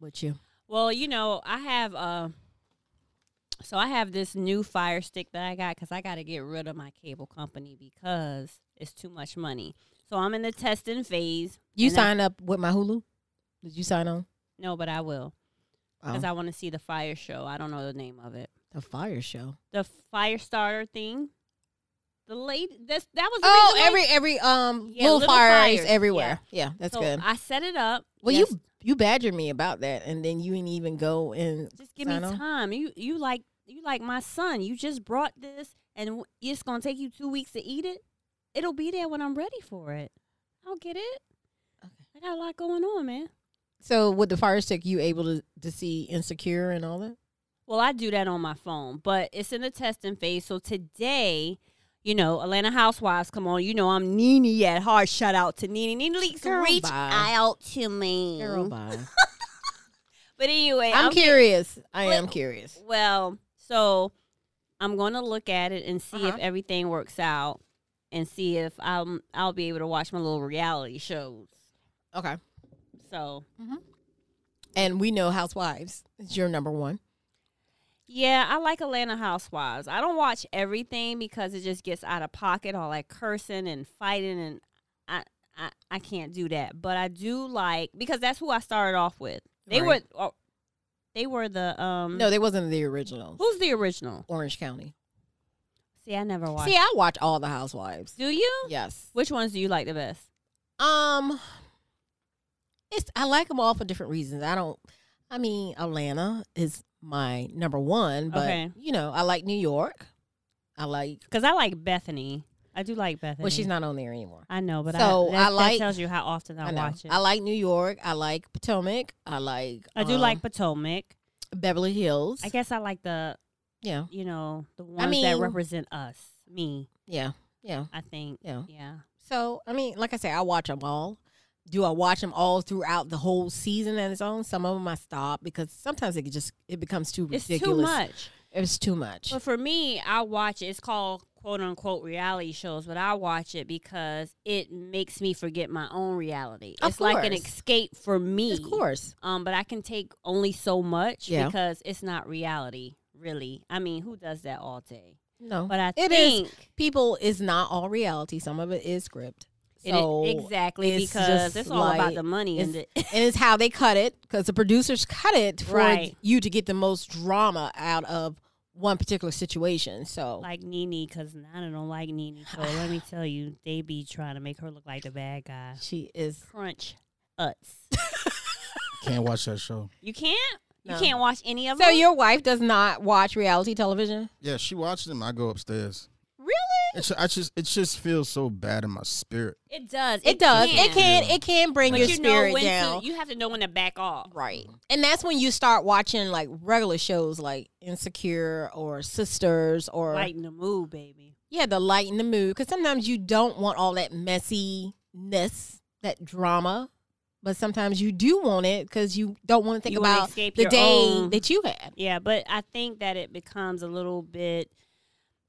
with you?
Well, you know, I have uh so I have this new fire stick that I got cuz I got to get rid of my cable company because it's too much money. So I'm in the testing phase.
You
and I-
sign up with my Hulu? Did you sign on?
No, but I will cuz
Oh,
I want to see the fire show. I don't know the name of it.
the fire show.
The fire starter thing. The late that's that was the
Oh,
reason why-
every every um
Yeah,
little,
little
fires,
fires.
everywhere. Yeah, that's
So
good.
I set it up.
well,
Yes.
you you badgered me about that, and then you didn't even go and
just give me
sign on.
time. You you like you like my son. You just brought this, and w- it's gonna take you two weeks to eat it. It'll be there when I'm ready for it. I'll get it. I got a lot going on, man.
So with the fire stick, you able to, to see insecure and all that.
Well, I do that on my phone, but it's in the testing phase. So today, you know, Atlanta Housewives come on. You know, I'm Nene at heart. Shout out to Nene. Nene Leaks,
Girl,
reach
bye.
out to me. But anyway, [LAUGHS]
I'm,
I'm
curious. I
Well-
am curious.
Well, so I'm going to look at it and see
Uh-huh.
if everything works out and see if I'm I'll be able to watch my little reality shows.
Okay,
So,
and we know Housewives is your number one.
yeah, I like Atlanta Housewives. I don't watch everything because it just gets out of pocket all that cursing and fighting and I I, I can't do that. But I do like because that's who I started off with. They
Right.
were oh, They were the um.
No, they wasn't the original.
who's the original?
Orange County.
See, I never watched.
See, I watch all the Housewives.
Do you?
Yes.
Which ones do you like the best?
Um, it's I like them all for different reasons. I don't. I mean, Atlanta is my number one, but
Okay.
you know, I like New York. I like.
Because I like Bethany. I do like Bethany.
Well, she's not on there anymore.
I know, but
So,
I, that,
I like-
that tells you how often I,
know.
watch it.
I like New York. I like Potomac. I like.
I do
um,
like Potomac.
Beverly Hills.
I guess I like the
Yeah.
you know the ones
mean-
that represent us, me.
Yeah. Yeah.
I think.
Yeah.
Yeah.
So I mean, like I say, I watch them all. Do I watch them all throughout the whole season and its own? Some of them I stop because sometimes it could just it becomes too
It's
ridiculous.
too much.
It's too much.
But for me, I watch it. It's called quote unquote reality shows, but I watch it because it makes me forget my own reality.
Of
it's like an
course.
escape for me.
Of course.
Um, but I can take only so much
Yeah.
because it's not reality, really. I mean, who does that all day?
No.
But I
It is-
think
people is not all reality. Some of it is script.
It- e,
So
exactly
it's
because
just
it's all about
like-
the money and
it's- [LAUGHS]
the,
and it's how they cut it because the producers cut it for
Right.
you to get the most drama out of one particular situation. So
like Nene because Nana don't like Nene. So let
[SIGHS]
me tell you, they be trying to make her look like the bad guy.
she is
Crunch uts.
Can't watch that show.
You can't.
No.
You can't watch any of
So
them.
your wife does not watch reality television?
Yeah, she watches them. I go upstairs.
Really?
It's, I just it just feels so bad in my spirit.
it does.
It, does.
Can.
It can it can bring
But
your
you know
spirit
when
down.
to. You have to know when to back off.
Right. And that's when you start watching like regular shows like Insecure or Sisters or
Lighten the mood, baby.
Yeah, to lighten the mood because sometimes you don't want all that messiness, that drama, but sometimes you do want it because you don't want to think
You wanna
about
escape
the
your
day
own-
that you had.
Yeah, but I think that it becomes a little bit.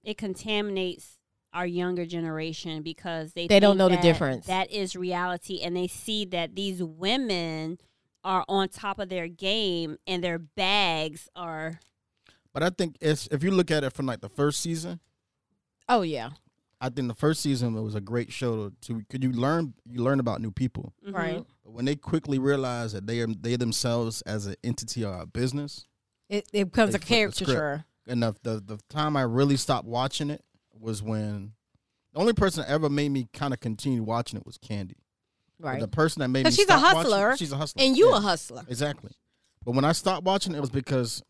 It contaminates our younger generation because they
They don't
think
know the
that
difference.
That is reality, and they see that these women are on top of their game, and their bags are
But I think if if you look at it from like the first season,
Oh yeah,
I think the first season it was a great show to, to could you learn you learn about new people.
mhm.
right.
But when they quickly realize that they are they themselves as an entity are a business,
It it becomes
They
a
flip the script.
caricature.
and the, the the time I really stopped watching it was when the only person that ever made me kind of continue watching it was Candy. But
Right.
The person that made me
'Cause she's a
stop watching-
hustler,
she's a hustler,
And you
Yeah,
a hustler.
exactly. But when I stopped watching it, it was because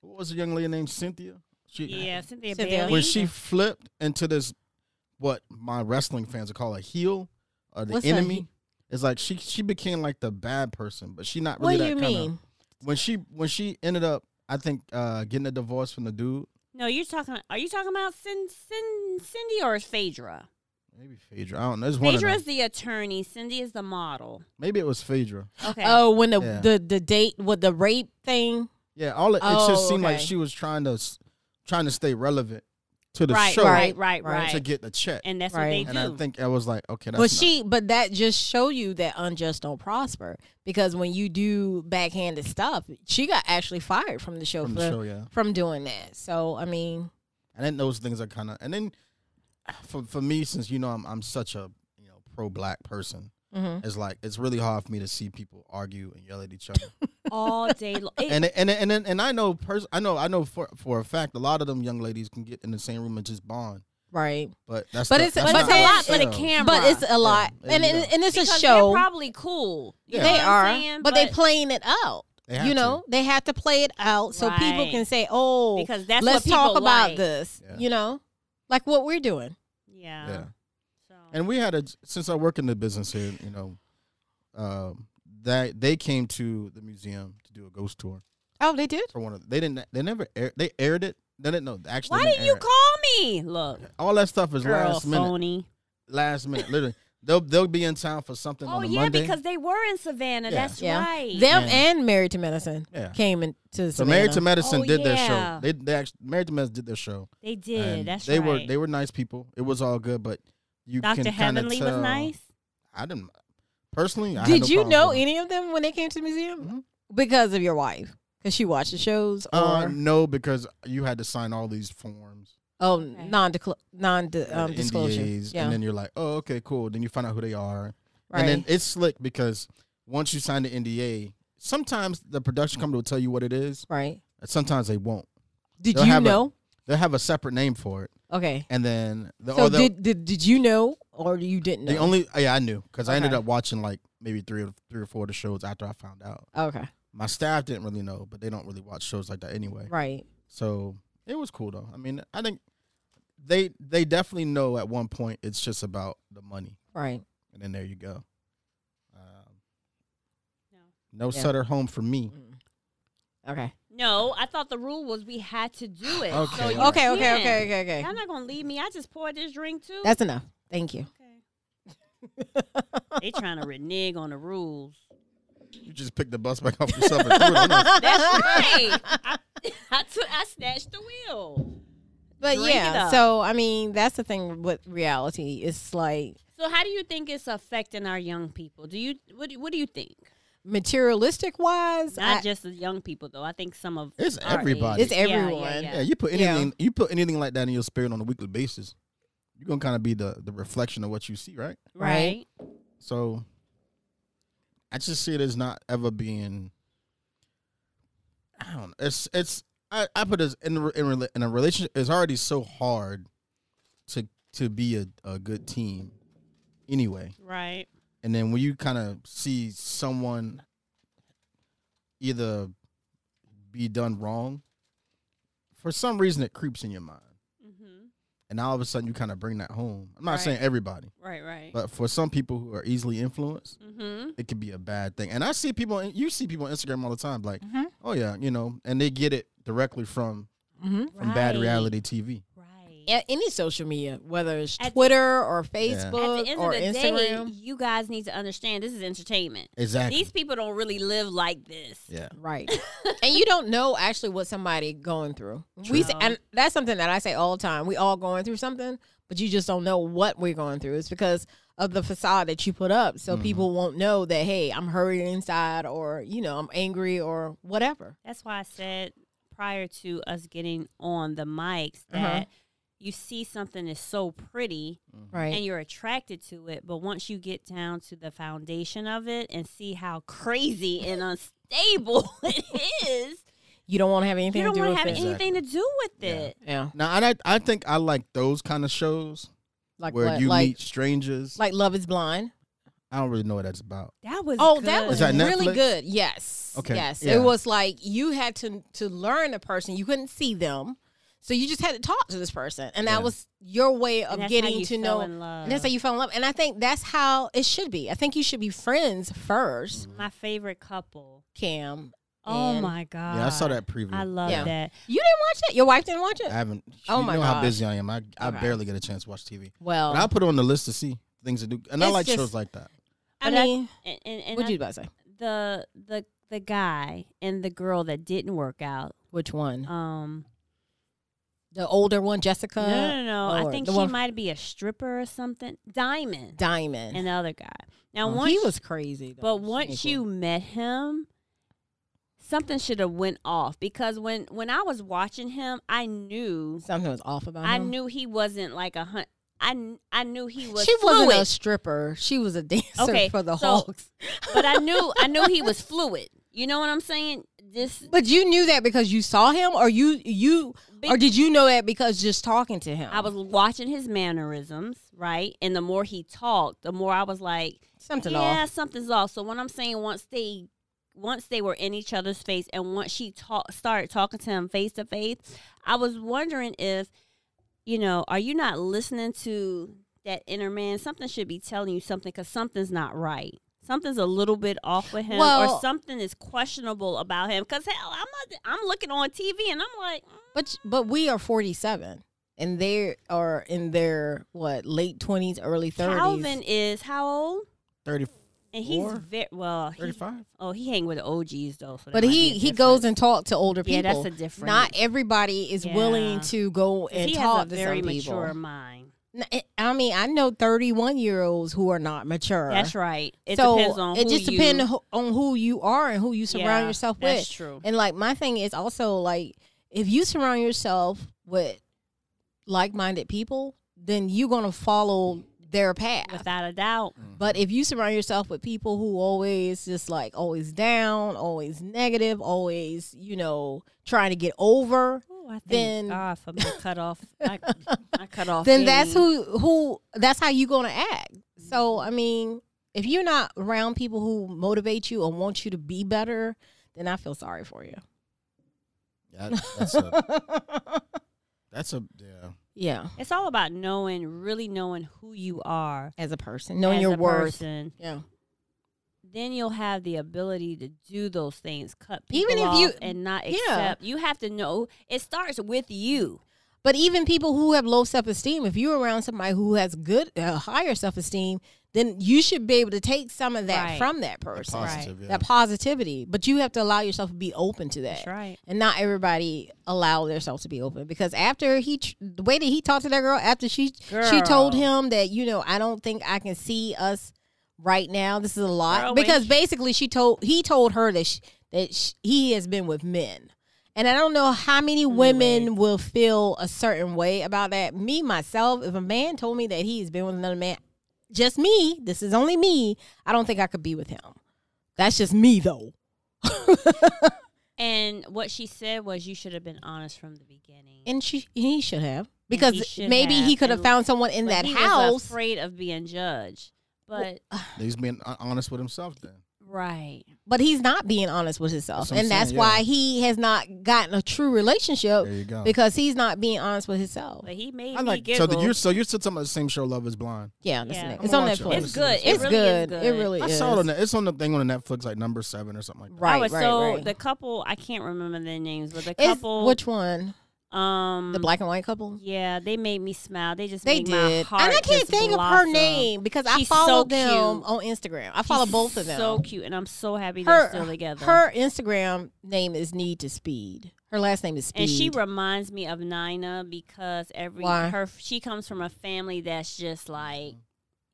what was the young lady named Cynthia? She,
Yeah, Cynthia,
Cynthia.
Bailey.
when she flipped into this what my wrestling fans would call a heel or the
What's a
enemy
heel?
it's like she she became like the bad person but she not really
What do
that
you
kinda-
mean?
when she when she ended up i think uh getting a divorce from the dude
no, you're talking. Are you talking about Cin, Cin, Cindy or Phaedra?
maybe phaedra i don't know There's one of
Phaedra is
them.
the attorney. Cindy is the
[LAUGHS]
model.
maybe it was phaedra
Okay.
Oh, when the,
Yeah.
the the date with the rape thing.
yeah all it, it just
Oh,
seemed like
okay.
she was trying to s- trying to stay relevant to the
right,
show
right, right,
Right.
right,
to get the check and,
And that's
Right.
what they do.
i think i was like okay that's
but
not-
she, but that just show you that unjust don't prosper because when you do backhanded stuff, she got actually fired from the show
from
for
the show yeah
from doing that. So I mean,
and then those things are kind of and then for for me since you know I'm I'm such a you know pro black person
mhm.
it's like it's really hard for me to see people argue and yell at each
[LAUGHS]
other
all day
[LAUGHS]
long. It-
and and and and, and I know pers- I know I know for for a fact a lot of them young ladies can get in the same room and just bond
right?
but that's
But
not-
it's-
that's
but
not
it's a
how
lot
it
for the
sounds.
camera.
But it's a lot,
Yeah,
and,
there you
and
go.
and it's a
Because
show.
They're probably cool. You
Yeah.
know
they
what I'm
are,
saying?
but, they playing it out.
They have
you know, they have to play it out so people
Right.
can say, "Oh,
because that's
let's
what people
talk about
like.
this."
Yeah.
You know, like what we're doing.
Yeah.
to. yeah
So.
and we had a since I work in the business here you know um that they came to the museum to do a ghost tour
Oh, they did.
for one of they didn't they never air, they aired it they didn't know actually
why
they
didn't you
air it.
call me? Look,
all that stuff is
girl,
last minute
phony.
last minute. Literally, they'll they'll be in town for something
Oh
on a
yeah,
Monday.
because they were in Savannah.
Yeah.
That's
Yeah,
right.
them
Yeah.
and Married to Medicine
Yeah.
came into
so Married to Medicine
Oh,
did their show.
yeah.
They they actually Married to Medicine did their show.
they did.
and
That's
they
right.
were they were nice people. It was all good, but you can
Doctor
kinda
Heavenly was
tell-
nice.
I didn't personally. I had
Did
no
you
problems
know
with them.
any of them when they came to the museum
Mhm.
because of your wife? Because she watched the shows or
Uh, no, because you had to sign all these forms,
oh
okay.
non non
the
um, disclosure.
NDAs,
Yeah,
and then you're like, oh, okay, cool. Then you find out who they are,
right.
and then it's slick because once you sign the NDA, sometimes the production company will tell you what it is,
right?
and sometimes they won't.
Did
They'll
you
have a-
know?
They'll have a separate name for it,
okay.
and then the,
So
or they'll-
did, did did you know or you didn't know?
the only oh, yeah I knew because I ended
Okay.
up watching like maybe three or three or four of the shows after I found out.
okay.
My staff didn't really know, but they don't really watch shows like that anyway.
Right.
So it was cool though. I mean, I think they they definitely know at one point it's just about the money,
Right.
and then there you go. Um,
No.
no
Yeah.
Sutter home for me.
Okay.
No, I thought the rule was we had to do it. So
Okay.
you
Okay. Okay.
can.
Okay. Okay. Okay.
Y'all not gonna leave me. I just poured this drink too.
That's enough. Thank you.
okay. [LAUGHS] they trying to renege on the rules.
You just picked the bus back up yourself. And threw it on us.
That's right. I, [LAUGHS] I took. I snatched the wheel.
But
Drink it
yeah,
up.
so I mean, that's the thing with reality. It's like
So how do you think it's affecting our young people? Do you what? do- What do you think?
materialistic wise,
Not
I-
just the young people though. I think some of
It's
our
everybody.
age.
it's
Yeah, [LAUGHS] yeah,
everyone.
Yeah, you put
Yeah.
anything you put anything like that in your spirit on a weekly basis, you're gonna kind of be the the reflection of what you see, right?
Right.
So I just see it as not ever being. I don't know. It's it's I, I put it as in re- in, rela- in a relationship. It's already so hard to to be a, a good team anyway,
Right.
and then when you kind of see someone either be done wrong, for some reason it creeps in your mind,
Mm-hmm.
and now all of a sudden you kind of bring that home. I'm not
Right.
saying everybody,
Right. Right.
but for some people who are easily influenced
mm-hmm.
it could be a bad thing. And I see people, you see people on Instagram all the time, like,
Mhm.
oh yeah, you know, and they get it directly from
Mhm.
from bad reality TV.
Right.
A- any social media, whether it's
At the-
Twitter or
At
Facebook
the end
or
of the
Instagram,
day, you guys need to understand this is entertainment. [LAUGHS]
Exactly.
These people don't really live like this.
yeah.
[LAUGHS]
right? and you don't know actually what somebody going through. We say,
True.
and that's something that I say all the time. We all going through something, but you just don't know what we're going through. It's because of the facade that you put up,
Mm-hmm.
so people won't know that hey, I'm hurting inside, or you know, I'm angry, or whatever.
That's why I said prior to us getting on the mics
Uh-huh.
that you see something that's so pretty
Mm-hmm.
Right.
and you're attracted to it, but once you get down to the foundation of it and see how crazy
[LAUGHS]
and unstable [LAUGHS] it is,
you don't want to have anything
you don't
to do
want
with
to have
it.
Exactly.
anything to do with it.
yeah,
Now, and I, I think I like those kind of shows
like
where
what?
you
like
meet strangers.
like Love Is Blind.
I don't really know what that's about.
That was
Oh, that
good.
was
Is that
really
Netflix?
good. Yes.
Okay,
Yes.
yeah.
It was like you had to to learn a person. You couldn't see them. So you just had to talk to this person. And
Yeah.
that was your way
And
of
that's how
getting
you
to
fell
know
in love.
and that's how you fell in love. And I think that's how it should be. I think you should be friends
Mm.
first,
my favorite couple.
Cam.
Oh
and-
my god!
Yeah, I saw that preview.
I love
Yeah.
that.
You didn't watch it? Your wife didn't watch
I
it?
haven't.
Oh,
you
my
know how
gosh.
busy I am. I, I
Okay.
barely get a chance to watch TV.
Well,
But I'll put it on the list to see things to do. And I
It's
like
just-
shows like that.
I
But
mean,
And, and, and
what
I
you about to say?
the the the guy and the girl that didn't work out.
Which one?
Um,
The older one, Jessica
no, no, no. I
Lord,
think
the
she
one-
might be a stripper or something. Diamond
Diamond.
and the other guy. Now
Mm.
Oh,
once,
he was crazy. though.
but
She was
once you met him, something should have went off because when when I was watching him, I knew
something was off about
I
him.
knew he wasn't like a hun. I, kn- I knew he was.
she wasn't a
fluid.
stripper. She was a [LAUGHS] dancer
Okay,
for the
so-
Hawks.
but I knew I knew he
[LAUGHS]
was fluid. You know what I'm saying? This
But you knew that because you saw him, or you you,
Be-
or did you know that because just talking to him?
I was watching his mannerisms, right? And the more he talked, the more I was like,
something
yeah,
off.
something's off. So when I'm saying once they once they were in each other's face and once she talk, started talking to him face to face, I was wondering if you know, are you not listening to that inner man? Something should be telling you something cuz something's not right. Something's a little bit off with him
Well-
or something is questionable about him cuz hell, I'm not, I'm looking on TV and I'm like, mm,
But but we are forty seven, and they are in their what late twenties, early
Calvin
thirties.
is how old?
30,
And he's
Four?
very well. He,
35.
[LAUGHS]
oh, he hang with the OGs though. So that
But
might be
he
a
he goes
difference.
and talk to older people.
Yeah, that's a different-
Not everybody is willing
Yeah.
to go and
he
talk
has a
to
very
some
mature
people.
mind.
N- I mean, I know thirty one year olds who are not mature.
That's right. It
so
depends on.
it
who
just
you,
depends on who you are and who you surround
Yeah,
yourself with.
that's true.
And like my thing is also like if you surround yourself with like minded people, then you're gonna follow their path.
without a doubt.
But if you surround yourself with people who always just like always down, always negative, always, you know, trying to get over,
Oh, I thank
Then-
God for my cut
[LAUGHS]
off. I, I cut off.
then that's
game.
who who that's how you gonna act. So I mean, if you're not around people who motivate you and want you to be better, then I feel sorry for you. [LAUGHS]
That, that's a that's a yeah.
yeah.
It's all about knowing, really knowing who you are,
As a person. Knowing
as
your
a
worth.
person.
Yeah.
Then you'll have the ability to do those things, cut people
Even if
off
you-
and not
yeah.
accept. You have to know. It starts with you.
But even people who have low self esteem, if you're around somebody who has good, uh, higher self esteem, then you should be able to take some of that
Right.
from that person,
positive, yeah.
that positivity. But you have to allow yourself to be open to that.
That's right.
And not everybody allow themselves to be open because after he, tr- the way that he talked to that girl, after she, she told
Girl.
him that you know I don't think I can see us right now. This is a lot
Girl, when
because
she-
basically she told he told her that she, that sh he has been with men. And I don't know how many women will feel a certain way about that. Me myself, if a man told me that he's been with another man, just me, this is only me, I don't think I could be with him. That's just me though.
And what she said was, you should have been honest from the beginning.
And she he should have because
he should
maybe he
have.
could have
And-
found someone in
But
that
he was
house.
afraid of being judged. But
He's being hon- honest with himself then.
right,
but he's not being honest with himself
That's what I'm
and that's
saying,
why
yeah.
he has not gotten a true relationship
There you go.
Oh, because he's not being honest with himself
but he made
I
me
like so
giggle.
that you're so you're still talking about the same show Love Is Blind.
yeah that's
Yeah.
it.
I'm
it's
gonna
on
watch it.
netflix
it's good. It
it's
really
good.
is good.
it really
I
is
saw it on the it's on the thing on the Netflix like number seven or something like that.
I
right
was
right,
so
right.
the couple. I can't remember their names, but the
It's-
couple.
which one
um
the black and white couple
Yeah, they made me smile. They just
they
made
did
my
and
heart.
i can't
just
think of her
blossom.
name because i
She's so
follow them
cute.
on instagram i follow
She's
both of them
So cute, and I'm so happy
her,
they're still together.
her instagram name is need to speed her last name is speed
and she reminds me of Nina because every
Why?
her she comes from a family that's just like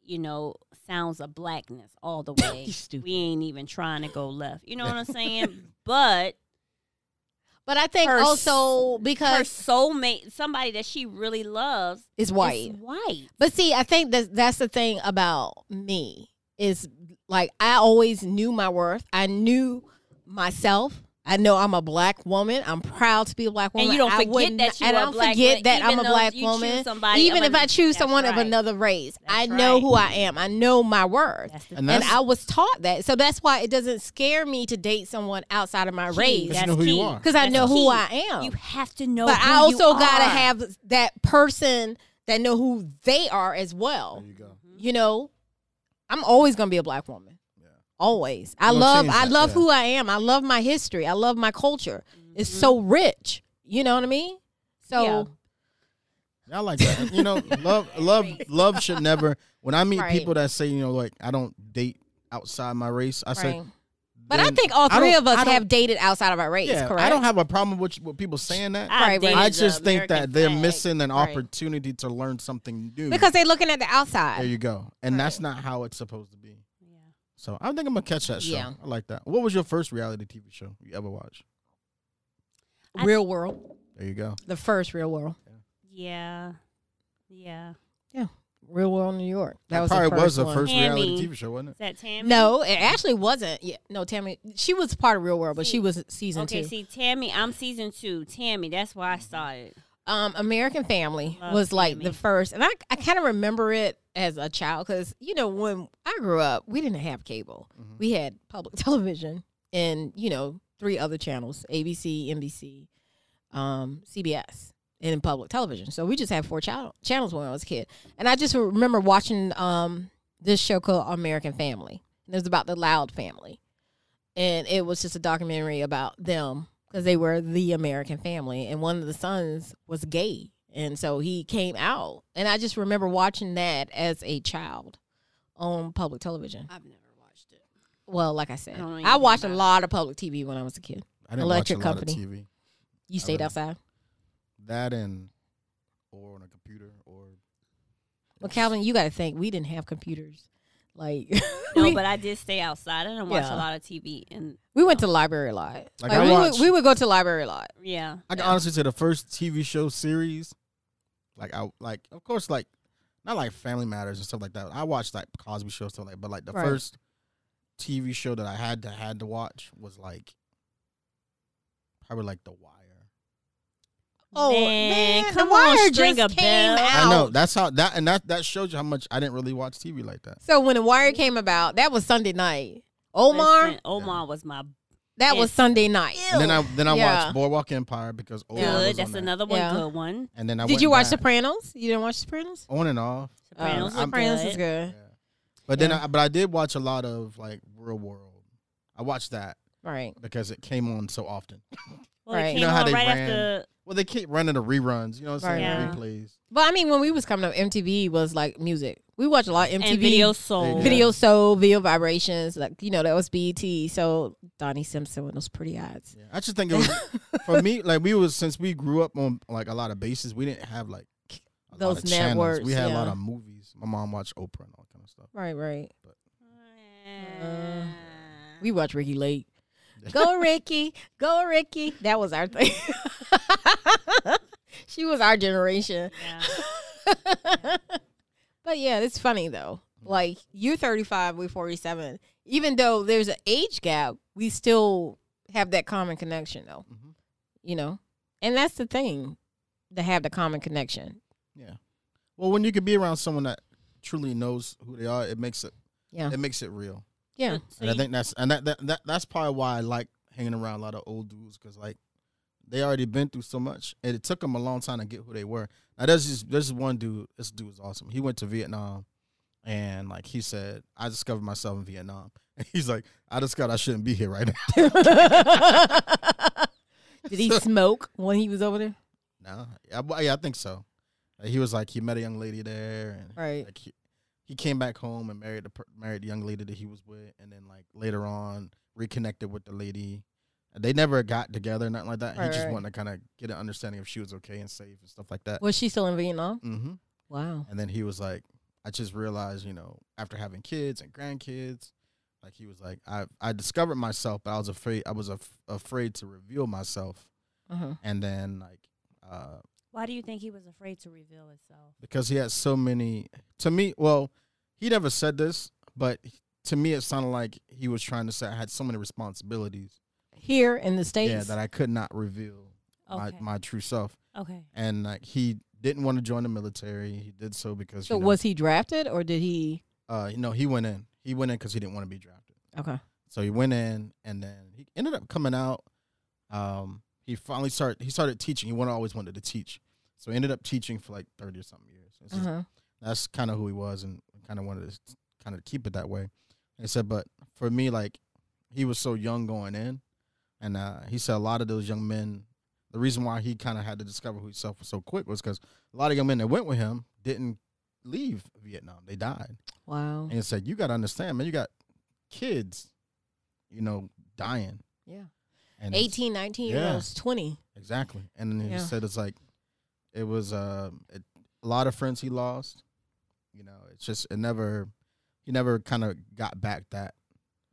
you know sounds of blackness all the way.
[COUGHS] You stupid.
we ain't even trying to go left. You know what I'm
[LAUGHS]
saying? but
but i think
her s-
also
her
because
soulmate, somebody that she really loves,
it's white
is white.
But see, I think that that's the thing about me is like I always knew my worth. I knew myself. I know I'm a black woman. I'm proud to be a black woman.
And you don't
I
forget
wouldn't-
that you
and
are
I don't
black,
forget
but
that I'm
even
a
though
black
you choose
woman.
somebody of
Even if I
an-
choose
that's
someone of
right.
another race, I
That's
know
right.
who I am. I know my worth.
That's the
And
And
that's-
I was taught that. So that's why it doesn't scare me to date someone outside of my
key.
race
That's- know who you are.
because I
That's
know
key.
who I am
You have to know.
but
who
I also
you
gotta
are.
have that person that know who they are as well.
There you go.
You know, I'm always gonna be a black woman.
Yeah.
Always. I
You don't
love
change
I
that,
love
yeah.
who I am. I love my history. I love my culture. It's so rich. You know what I mean? So
Yeah.
Yeah, I like
[LAUGHS]
that. You know, love, love, love should never. When I meet
Right.
people that say, you know, like I don't date outside my race, I say,
right. But I
then
think all
I
three
don't-
of us
I don't-
have dated outside of our race,
yeah,
correct?
I don't have a problem with, with people saying that.
I,
Right, right.
dated
I
the
just think that
American
they're
flag.
missing an
Right.
opportunity to learn something new.
because they're looking at the
there
outside.
you go, and that's not how it's supposed to be.
Yeah.
So I think I'm gonna catch that show.
Yeah.
I like that. What was your first reality TV show you ever watched?
I-
real world.
There you go.
The first real world.
Yeah. Yeah.
Real world New York. That, was
probably
the first
was the
one.
first reality
Tammy.
TV show, wasn't it?
Is that Tammy?
No, it actually wasn't. Yeah, no, Tammy. She was part of Real World, but she
See.
was season
Okay,
two.
see, Tammy, I'm season two. Tammy, that's why I started.
Um, American Family
Love
was like the
Tammy.
first, and I I kind of remember it as a child because you know when I grew up, we didn't have cable. We had public [LAUGHS] television and you know three other channels: ABC, NBC, um, CBS. In public television, so we just had four channel- channels when I was a kid, and I just remember watching um, this show called American Family. And it was about the Loud family, and it was just a documentary about them because they were the American family, and one of the sons was gay, and so he came out. And I just remember watching that as a child on public television.
I've never watched it.
Well, like I said,
I don't know
I,
anything
watched a
about it.
lot of public TV when I was a kid.
I didn't
Electric
watch a lot
Company.
of TV.
You stayed
really-
outside.
That and or on a computer or.
Well, Calvin, you got to think we didn't have computers. Like [LAUGHS]
No,
we,
but I did stay outside. I didn't watch a
Yeah.
lot of TV, and
we went to the library a lot.
Like,
Like,
I
we,
watched-
would, we would go to the library a lot.
yeah,
I can honestly say the first TV show series, like I like, of course, like not like Family Matters and stuff like that. I watched like Cosby Show stuff like, but like the
Right.
first TV show that I had to had to watch was like probably like The Wire.
Oh,
Man,
man,
come
The
on,
Wire
string
just
a
came
bell.
out.
I know that's how that and that that shows you how much I didn't really watch TV like that.
So when The Wire came about, that was Sunday night. Omar,
Mm-hmm. Listen, Omar was my
that was
yes.
Sunday night.
And then I then I
Yeah.
watched Boardwalk Empire because Omar was on
good. That's
that.
another one.
Yeah. Um,
Good one.
And then I
Did
went
you watch
back Uh,
Sopranos? You didn't watch Sopranos?
on and off.
Oh,
Sopranos was
Sopranos
good.
is good.
Yeah. But then
Yeah.
I, but I did watch a lot of like Real World. I watched that
Right.
because it came on so often.
Well, it
Right.
came
You
know how
on
they
right
ran?
after.
Well, they keep running the reruns, you know what I'm saying?
Right. Yeah.
Replays.
But I mean, when we was coming up, MTV was like music. We watched a lot of MTV.
and Video Soul.
Yeah.
Video Soul, Video Vibrations, like you know that was BET. So Donnie Simpson with those pretty eyes.
Yeah. I just think it was
[LAUGHS]
for me, like we was since we grew up on like a lot of bases, we didn't have like a
Those
lot of channels.
networks,
We had a lot
yeah.
of movies. My mom watched Oprah and all kind of stuff.
Right, right.
Uh,
We watched Ricky Lake.
[LAUGHS]
Go Ricky, go Ricky. That was our thing. [LAUGHS] she was our generation.
yeah.
[LAUGHS] but yeah, it's funny though. Like you're 35, we're 47. Even though there's an age gap, we still have that common connection though.
Mhm.
You know, and that's the thing to have the common connection.
Yeah. Well, when you could be around someone that truly knows who they are, it makes it
Yeah,
it makes it real.
yeah,
So
And I
you-
think that's and that, that, that that's probably why I like hanging around a lot of old dudes because like they already been through so much, and it took them a long time to get who they were. Now there's this there's this one dude. This dude is awesome. He went to Vietnam, and like he said, I discovered myself in Vietnam. [LAUGHS] And he's like, I discovered I shouldn't be here right now. [LAUGHS]
[LAUGHS] Did he smoke when he was over there?
nah, yeah, I- yeah, I think so. Uh, he was like, he met a young lady there, and
Right.
like he, he came back home and married the per- married the young lady that he was with, and then like later on reconnected with the lady. They never got together, nothing like that. he
Right,
just
right.
wanted to kind of get an understanding if she was okay and safe and stuff like that.
Was she still in Vietnam?
hmm
Wow.
And then he was like, I just realized, you know, after having kids and grandkids, like he was like, I I discovered myself, but I was afraid I was af- afraid to reveal myself,
Uh-huh.
and then like. uh
Why do you think he was afraid to reveal himself?
because he had so many. To me, well, he never said this, but to me, it sounded like he was trying to say I had so many responsibilities,
Here in the states.
yeah, that I could not reveal
Okay.
my, my true self,
okay.
and like he didn't want to join the military. He did so because
so
you know,
was he drafted or did he?
uh, you know, he went in. He went in because he didn't want to be drafted.
Okay.
So he went in, and then he ended up coming out. Um, he finally started. He started teaching. He wanted, always wanted to teach, so he ended up teaching for like thirty or something years. It's just-
Uh-huh.
that's kind of who he was and kind of wanted to kind of keep it that way. And he said, but for me, like he was so young going in, and uh, he said a lot of those young men. The reason why he kind of had to discover who himself was so quick was because a lot of young men that went with him didn't leave Vietnam; they died.
Wow.
And he said, "You got to understand, man. You got kids, you know, dying.
Yeah.
And it's-
18, 19 year
Yeah.
olds, 20.
Exactly. And then he
Yeah.
said it's like it was uh, it, a lot of friends he lost. You know, it's just it never he never kind of got back that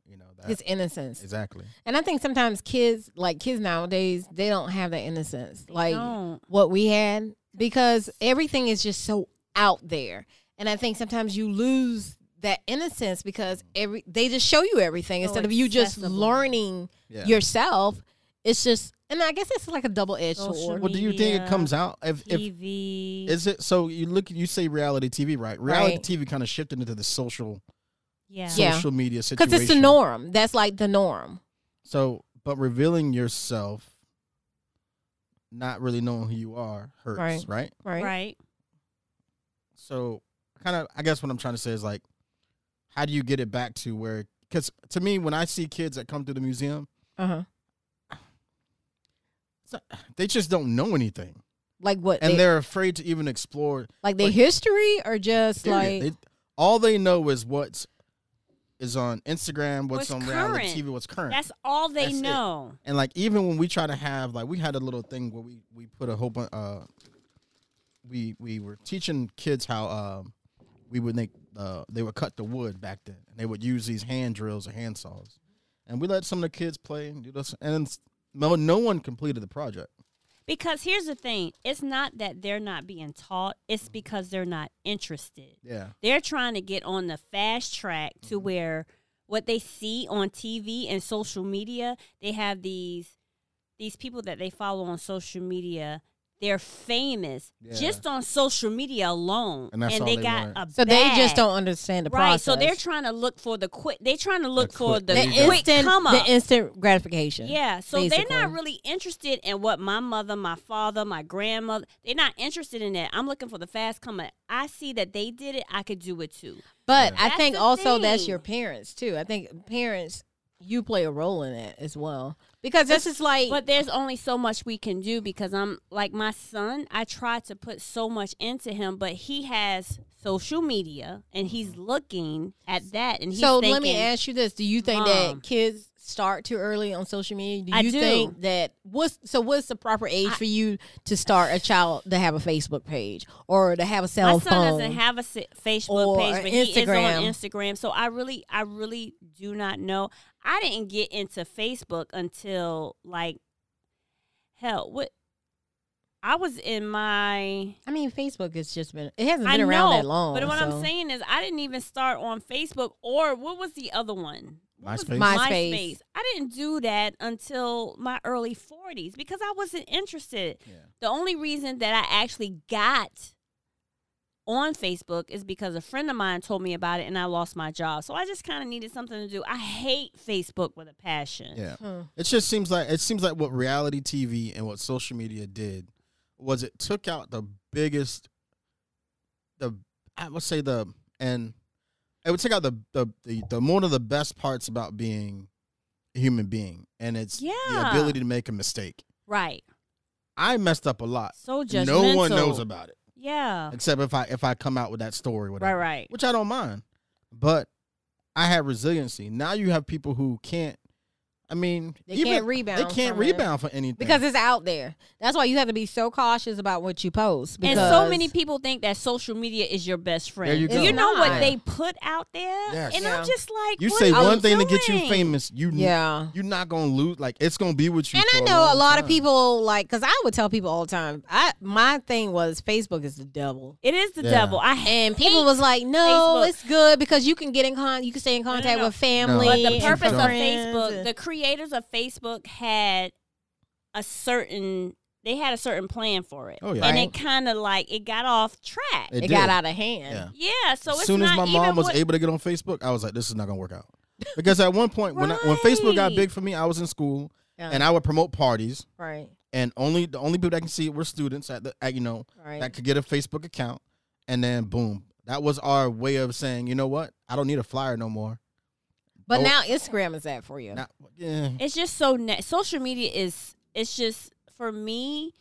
you know that
His innocence.
[LAUGHS] exactly.
And I think sometimes kids, like kids nowadays, they don't have that innocence. Like
don't.
what we had because everything is just so out there. And I think sometimes you lose that innocence because every they just show you everything
So
instead of you just
accessible.
learning
Yeah.
yourself. It's just and I guess it's like a double edged
Social
sword.
well, do you think
media,
it comes out if if
TV.
is it so you look you say reality TV right? Reality
Right.
TV kind of shifted into the social
yeah.
Yeah.
social media
Because
situation.
it's the norm. That's like the norm.
So, but revealing yourself, not really knowing who you are, hurts,
Right.
right?
Right.
Right.
so kind of i guess what i'm trying to say is like how do you get it back to where because to me when i see kids that come to the museum
Uh-huh.
it's not- they just don't know anything
Like what
and
they,
they're afraid to even explore
like their
like-
history or just
period.
like
They- all they know is what's is on instagram what's,
What's
on reality
current.
tv what's current
That's all they
That's it.
know.
and like even when we try to have like we had a little thing where we we put a whole bunch uh we we were teaching kids how um we would make uh they would cut the wood back then and they would use these hand drills or hand saws and we let some of the kids play and do this and s- no no one completed the project
Because here's the thing it's not that they're not being taught, it's because they're not interested.
Yeah.
They're trying to get on the fast track to where what they see on TV and social media, they have these these people that they follow on social media. They're famous
Yeah.
just on social media alone,
And that's all
they,
they
got
want.
a
So they
bag.
just don't understand the
right.
process.
So they're trying to look for the quick. They're trying to look for
quick-
the,
there
the
you go.
quick
instant,
come up.
the instant gratification.
Yeah, so they're not
basically.
really interested in what my mother, my father, my grandmother, they're not interested in that. I'm looking for the fast come up. I see that they did it, I could do it too.
But I
That's
think
the
also that's
thing.
your parents too. I think parents, you play a role in it as well because this is like
But there's only so much we can do because I'm like my son, I try to put so much into him, but he has social media and he's looking at that and he's
so
thinking,
let me ask you this: Do you think
Mom.
that kids start too early on social media? Do
I
you
do.
think that what's so? What's the proper age for you to start a child to have a Facebook page or to have a
my
cell
son
phone?
doesn't have a si- Facebook
or
page, but he is on
Instagram.
Instagram. So I really, I really do not know. I didn't get into Facebook until like hell. What I was in my
I mean, Facebook has just been it hasn't
I
been
know,
around that long.
but what
so.
I'm saying is I didn't even start on Facebook or what was the other one? What was
MySpace.
MySpace.
I didn't do that until my early 40s because I wasn't interested.
Yeah.
The only reason that I actually got on Facebook is because a friend of mine told me about it and I lost my job. So I just kind of needed something to do. I hate Facebook with a passion.
Yeah.
Hmm.
It just seems like it seems like what reality TV and what social media did was it took out the biggest the I would say the and it would take out the the the, the one of the best parts about being a human being and it's the
Yeah.
ability to make a mistake.
Right.
I messed up a lot.
So judgmental.
No one knows about it
Yeah.
except if I if I come out with that story
Right,
whatever.
right.
Which I don't mind. But I had resiliency. Now you have people who can't I mean,
They
even
can't rebound
They can't
from it.
rebound for anything.
because it's out there. That's why you have to be so cautious about what you post. Because
and so many people think that social media is your best friend.
There you go.
You know what
It's not.
they put out there?
Yes.
And
Yeah.
I'm just like,
you
what
say
are
one
you
thing to get you
doing?
famous, you yeah.
yeah.
you're not gonna lose like it's gonna be with you.
And
for
I know a
long
lot of
time.
people like because I would tell people all the time. I my thing was Facebook is the devil,
It is the
Yeah.
devil. I
and
hate
people was like, "No,
Facebook.
it's good because you can get in con, you can stay in
no,
contact
no.
with family."
But
But the
and
purpose of
friends."
Facebook, the creators of Facebook had a certain they had a certain plan for it.
Oh, yeah.
And it
Right.
kind of like it got off track.
it
did.
got out of hand.
Yeah.
yeah, so
as
it's
soon as
not
my
even
mom was
what-
able to get on Facebook, I was like, this is not gonna work out. Because at one point when I, when Facebook got
Right.
big for me, I was in school
Yeah.
and I would promote parties
right,
and only the only people that can see it were students at the at, you know
right.
that could get a Facebook account, and then boom, that was our way of saying, you know what, I don't need a flyer no more.
but
oh.
now Instagram is that for you.
Not, yeah,
It's just so ne- social media is it's just for me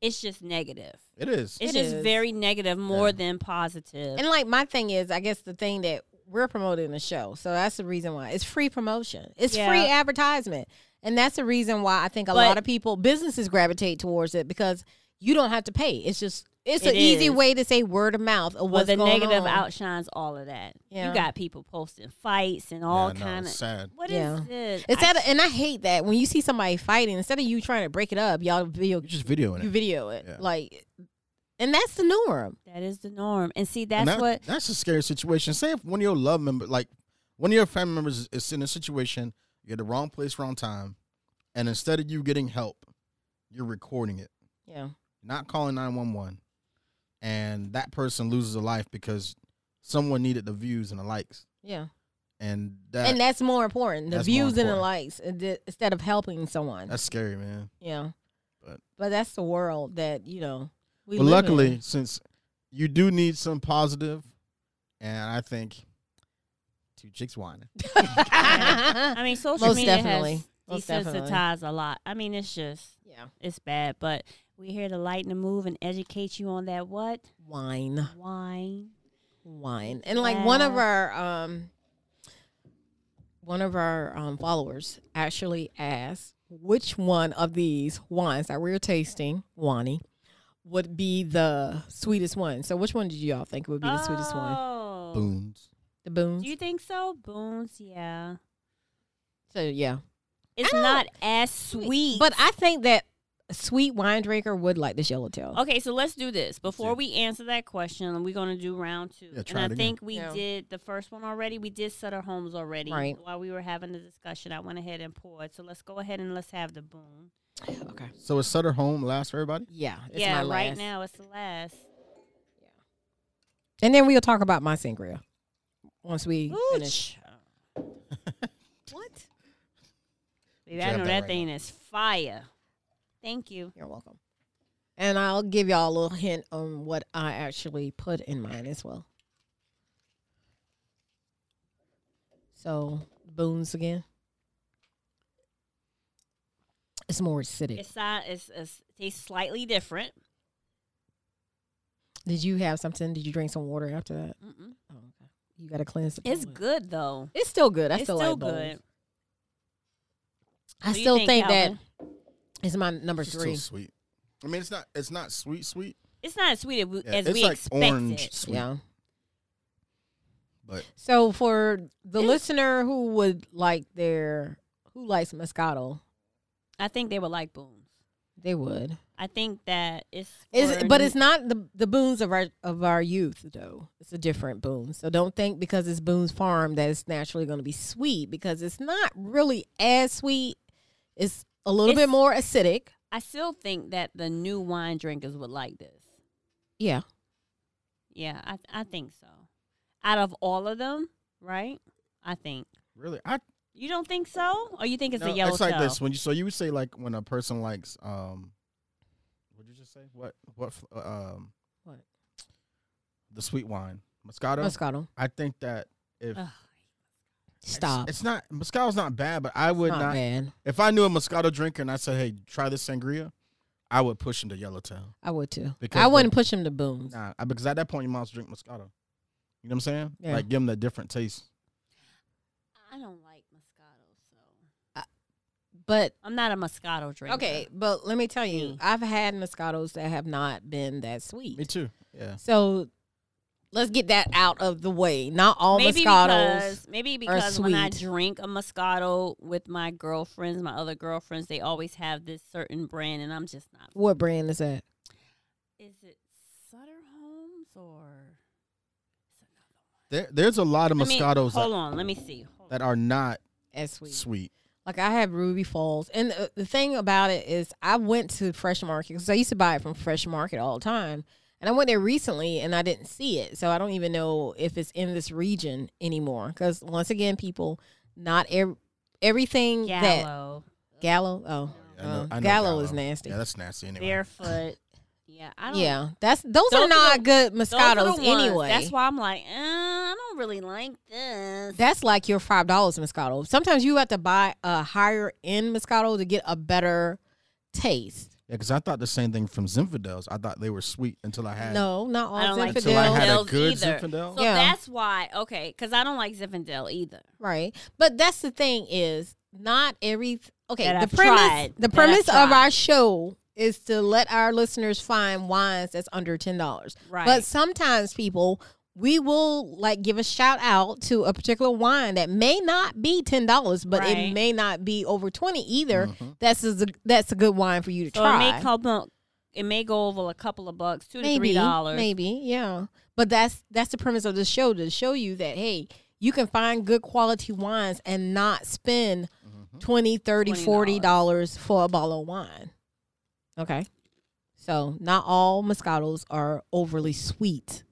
it's just negative.
it is.
It's
It
just
is.
very negative more
Yeah.
than positive.
And like my thing is, I guess the thing that we're promoting the show, so that's the reason why it's free promotion, it's
Yeah.
free advertisement, and that's the reason why I think a
But-
lot of people businesses gravitate towards it because you don't have to pay. It's just it's
It
an easy
is.
way to say word of mouth of
well,
what's
the
going
negative
on.
outshines all of that.
Yeah.
You got people posting fights and all
Yeah, no,
kind
it's
of
sad.
What is
Yeah.
this? I-
Instead, of, and I hate that when you see somebody fighting, instead of you trying to break it up, y'all video
You're just videoing
you
it.
video it
Yeah.
like, and that's the norm.
that is the norm. And see that's
And that-
what
That's a scary situation. Say if one of your love member, like one of your family members, is- is in a situation, you're at the wrong place, wrong time, and instead of you getting help, you're recording it,
Yeah,
not calling nine one one, and that person loses a life because someone needed the views and the likes,
yeah,
and that
and that's more important. The
That's more
views and the
important.
likes uh, th- instead of helping someone.
that's scary, man.
yeah, but
But-
that's the world that you know. We
but
live
luckily,
in.
since you do need some positive, and I think two chicks whining.
[LAUGHS] I mean, social
Most
media
definitely.
has
Most definitely.
desensitized a lot. I mean, it's just
[LAUGHS] yeah,
it's bad, but we here to lighten the move and educate you on that what
wine,
wine.
wine, and like one of
Yeah.
our um, one of our um followers actually asked which one of these wines that we're tasting, Wani, would be the sweetest one. So which one did y'all think would be the sweetest one?
Oh.
Boons.
The Boons.
Do you think so? Boons, yeah.
so yeah.
It's
don't-
not as sweet,
But I think that a sweet wine drinker would like this yellowtail.
Okay, so let's do this. Before
it.
we answer that question, we're gonna do round two.
Yeah,
and
try
I
it again.
think we
Yeah.
did the first one already. We did Sutter Homes already.
Right.
While we were having the discussion, I went ahead and poured. So let's go ahead and let's have the boom.
Okay.
So is Sutter home last for everybody?
Yeah. It's
Oh. yeah,
my
right
last.
now it's the last.
And then we'll talk about my sangria once we finish.
Ooch.
[LAUGHS] What?
Baby, I
Grab
know
that
that
right
thing is fire. Thank you.
You're welcome. And I'll give y'all a little hint on what I actually put in mine as well. So, boons again. It's more acidic.
It's not. It's, it's tastes slightly different.
Did you have something? Did you drink some water after that?
Mm-mm.
Oh, okay. You got to cleanse the
It's
palate.
good though.
It's still good. I
it's
still,
still
like bones.
good.
I
What do you
still
think,
think, that
Calvin?
it's my number
It's just
three.
too sweet. I mean, it's not. It's not sweet, sweet,
It's not as sweet as we,
Yeah,
as
it's
we
like
expected.
orange. sweet.
Yeah.
but
So for the
It's-
listener who would like their who likes Moscato,
I think they would like booms.
they would.
I think that it's.
It's,
for
but
n-
it's not the the boons of our of our youth though. It's a different boon. So don't think because it's Boone's Farm that it's naturally going to be sweet because it's not really as sweet. It's a little
It's-
bit more acidic.
I still think that the new wine drinkers would like this.
Yeah.
Yeah, I I think so. Out of all of them, right? I think
really, I
you don't think so, or you think it's
No,
a yellow
It's like this when you so you would say like when a person likes um, what did you just say? What what f- uh, um
What?
the sweet wine Moscato?
Moscato.
I think that if
Ugh,
it's-
Stop.
it's, not Moscato's not bad, but I would
not,
not,
bad.
if I knew a Moscato drinker and I said, hey, try this sangria, I would push him to Yellowtail.
I would too.
Because
I
the-
wouldn't push him to boons.
Nah, I- because at that point you might as well drink Moscato. You know what I'm saying?
Yeah.
Like give him that different taste.
I don't like Moscato, so
But
I'm not a Moscato drinker.
Okay, but let me tell you,
Me.
I've had Moscatos that have not been that sweet.
Me too. Yeah.
So let's get that out of the way. Not all
maybe
Moscatos.
because maybe because when I
sweet.
drink a Moscato with my girlfriends, my other girlfriends, they always have this certain brand, and I'm just not.
What brand is that?
Is it Sutter Homes or?
There, there's a lot of
Let me-
Moscatos
hold
that,
on, let me see. Hold
that are not
As sweet.
sweet.
Like I have Ruby Falls, and the, the thing about it is, I went to Fresh Market because I used to buy it from Fresh Market all the time, and I went there recently and I didn't see it, so I don't even know if it's in this region anymore. Because once again, people, not ev- everything
on.
that
Gallo,
Gallo. Oh,
I know-
uh,
I know
Gallo, is nasty.
Yeah, that's nasty anyway.
barefoot. Yeah, I don't.
yeah, that's those,
Those are
are not
the-
good
those are the
Moscatos
ones.
anyway.
That's why I'm like, uh, I don't really like this.
That's like your five dollars Moscato. Sometimes you have to buy a higher end Moscato to get a better taste.
Yeah, because I thought the same thing from Zinfandels. I thought they were sweet until I had.
No, not all
I don't like
Until I had a
Zinfandels
good
either.
Zinfandel?
So
Yeah.
that's why, okay, because I don't like Zinfandel either.
Right. But that's the thing is not every okay,
That I've
the premise
tried.
the
That I've
premise of
tried.
our show is to let our listeners find wines that's under ten dollars.
Right.
But sometimes people we will like give a shout out to a particular wine that may not be ten dollars, but
Right.
it may not be over twenty
Mm.
either.
Mm-hmm,
That's a that's a good wine for you to
So
try.
it may come up, it may go over a couple of bucks, two to
maybe,
three dollars.
Maybe, yeah. But that's that's the premise of the show to show you that hey, you can find good quality wines and not spend
mm-hmm.
twenty, thirty, forty 20, 30, 40 dollars for a bottle of wine. Okay. So, not all Moscatos are overly sweet.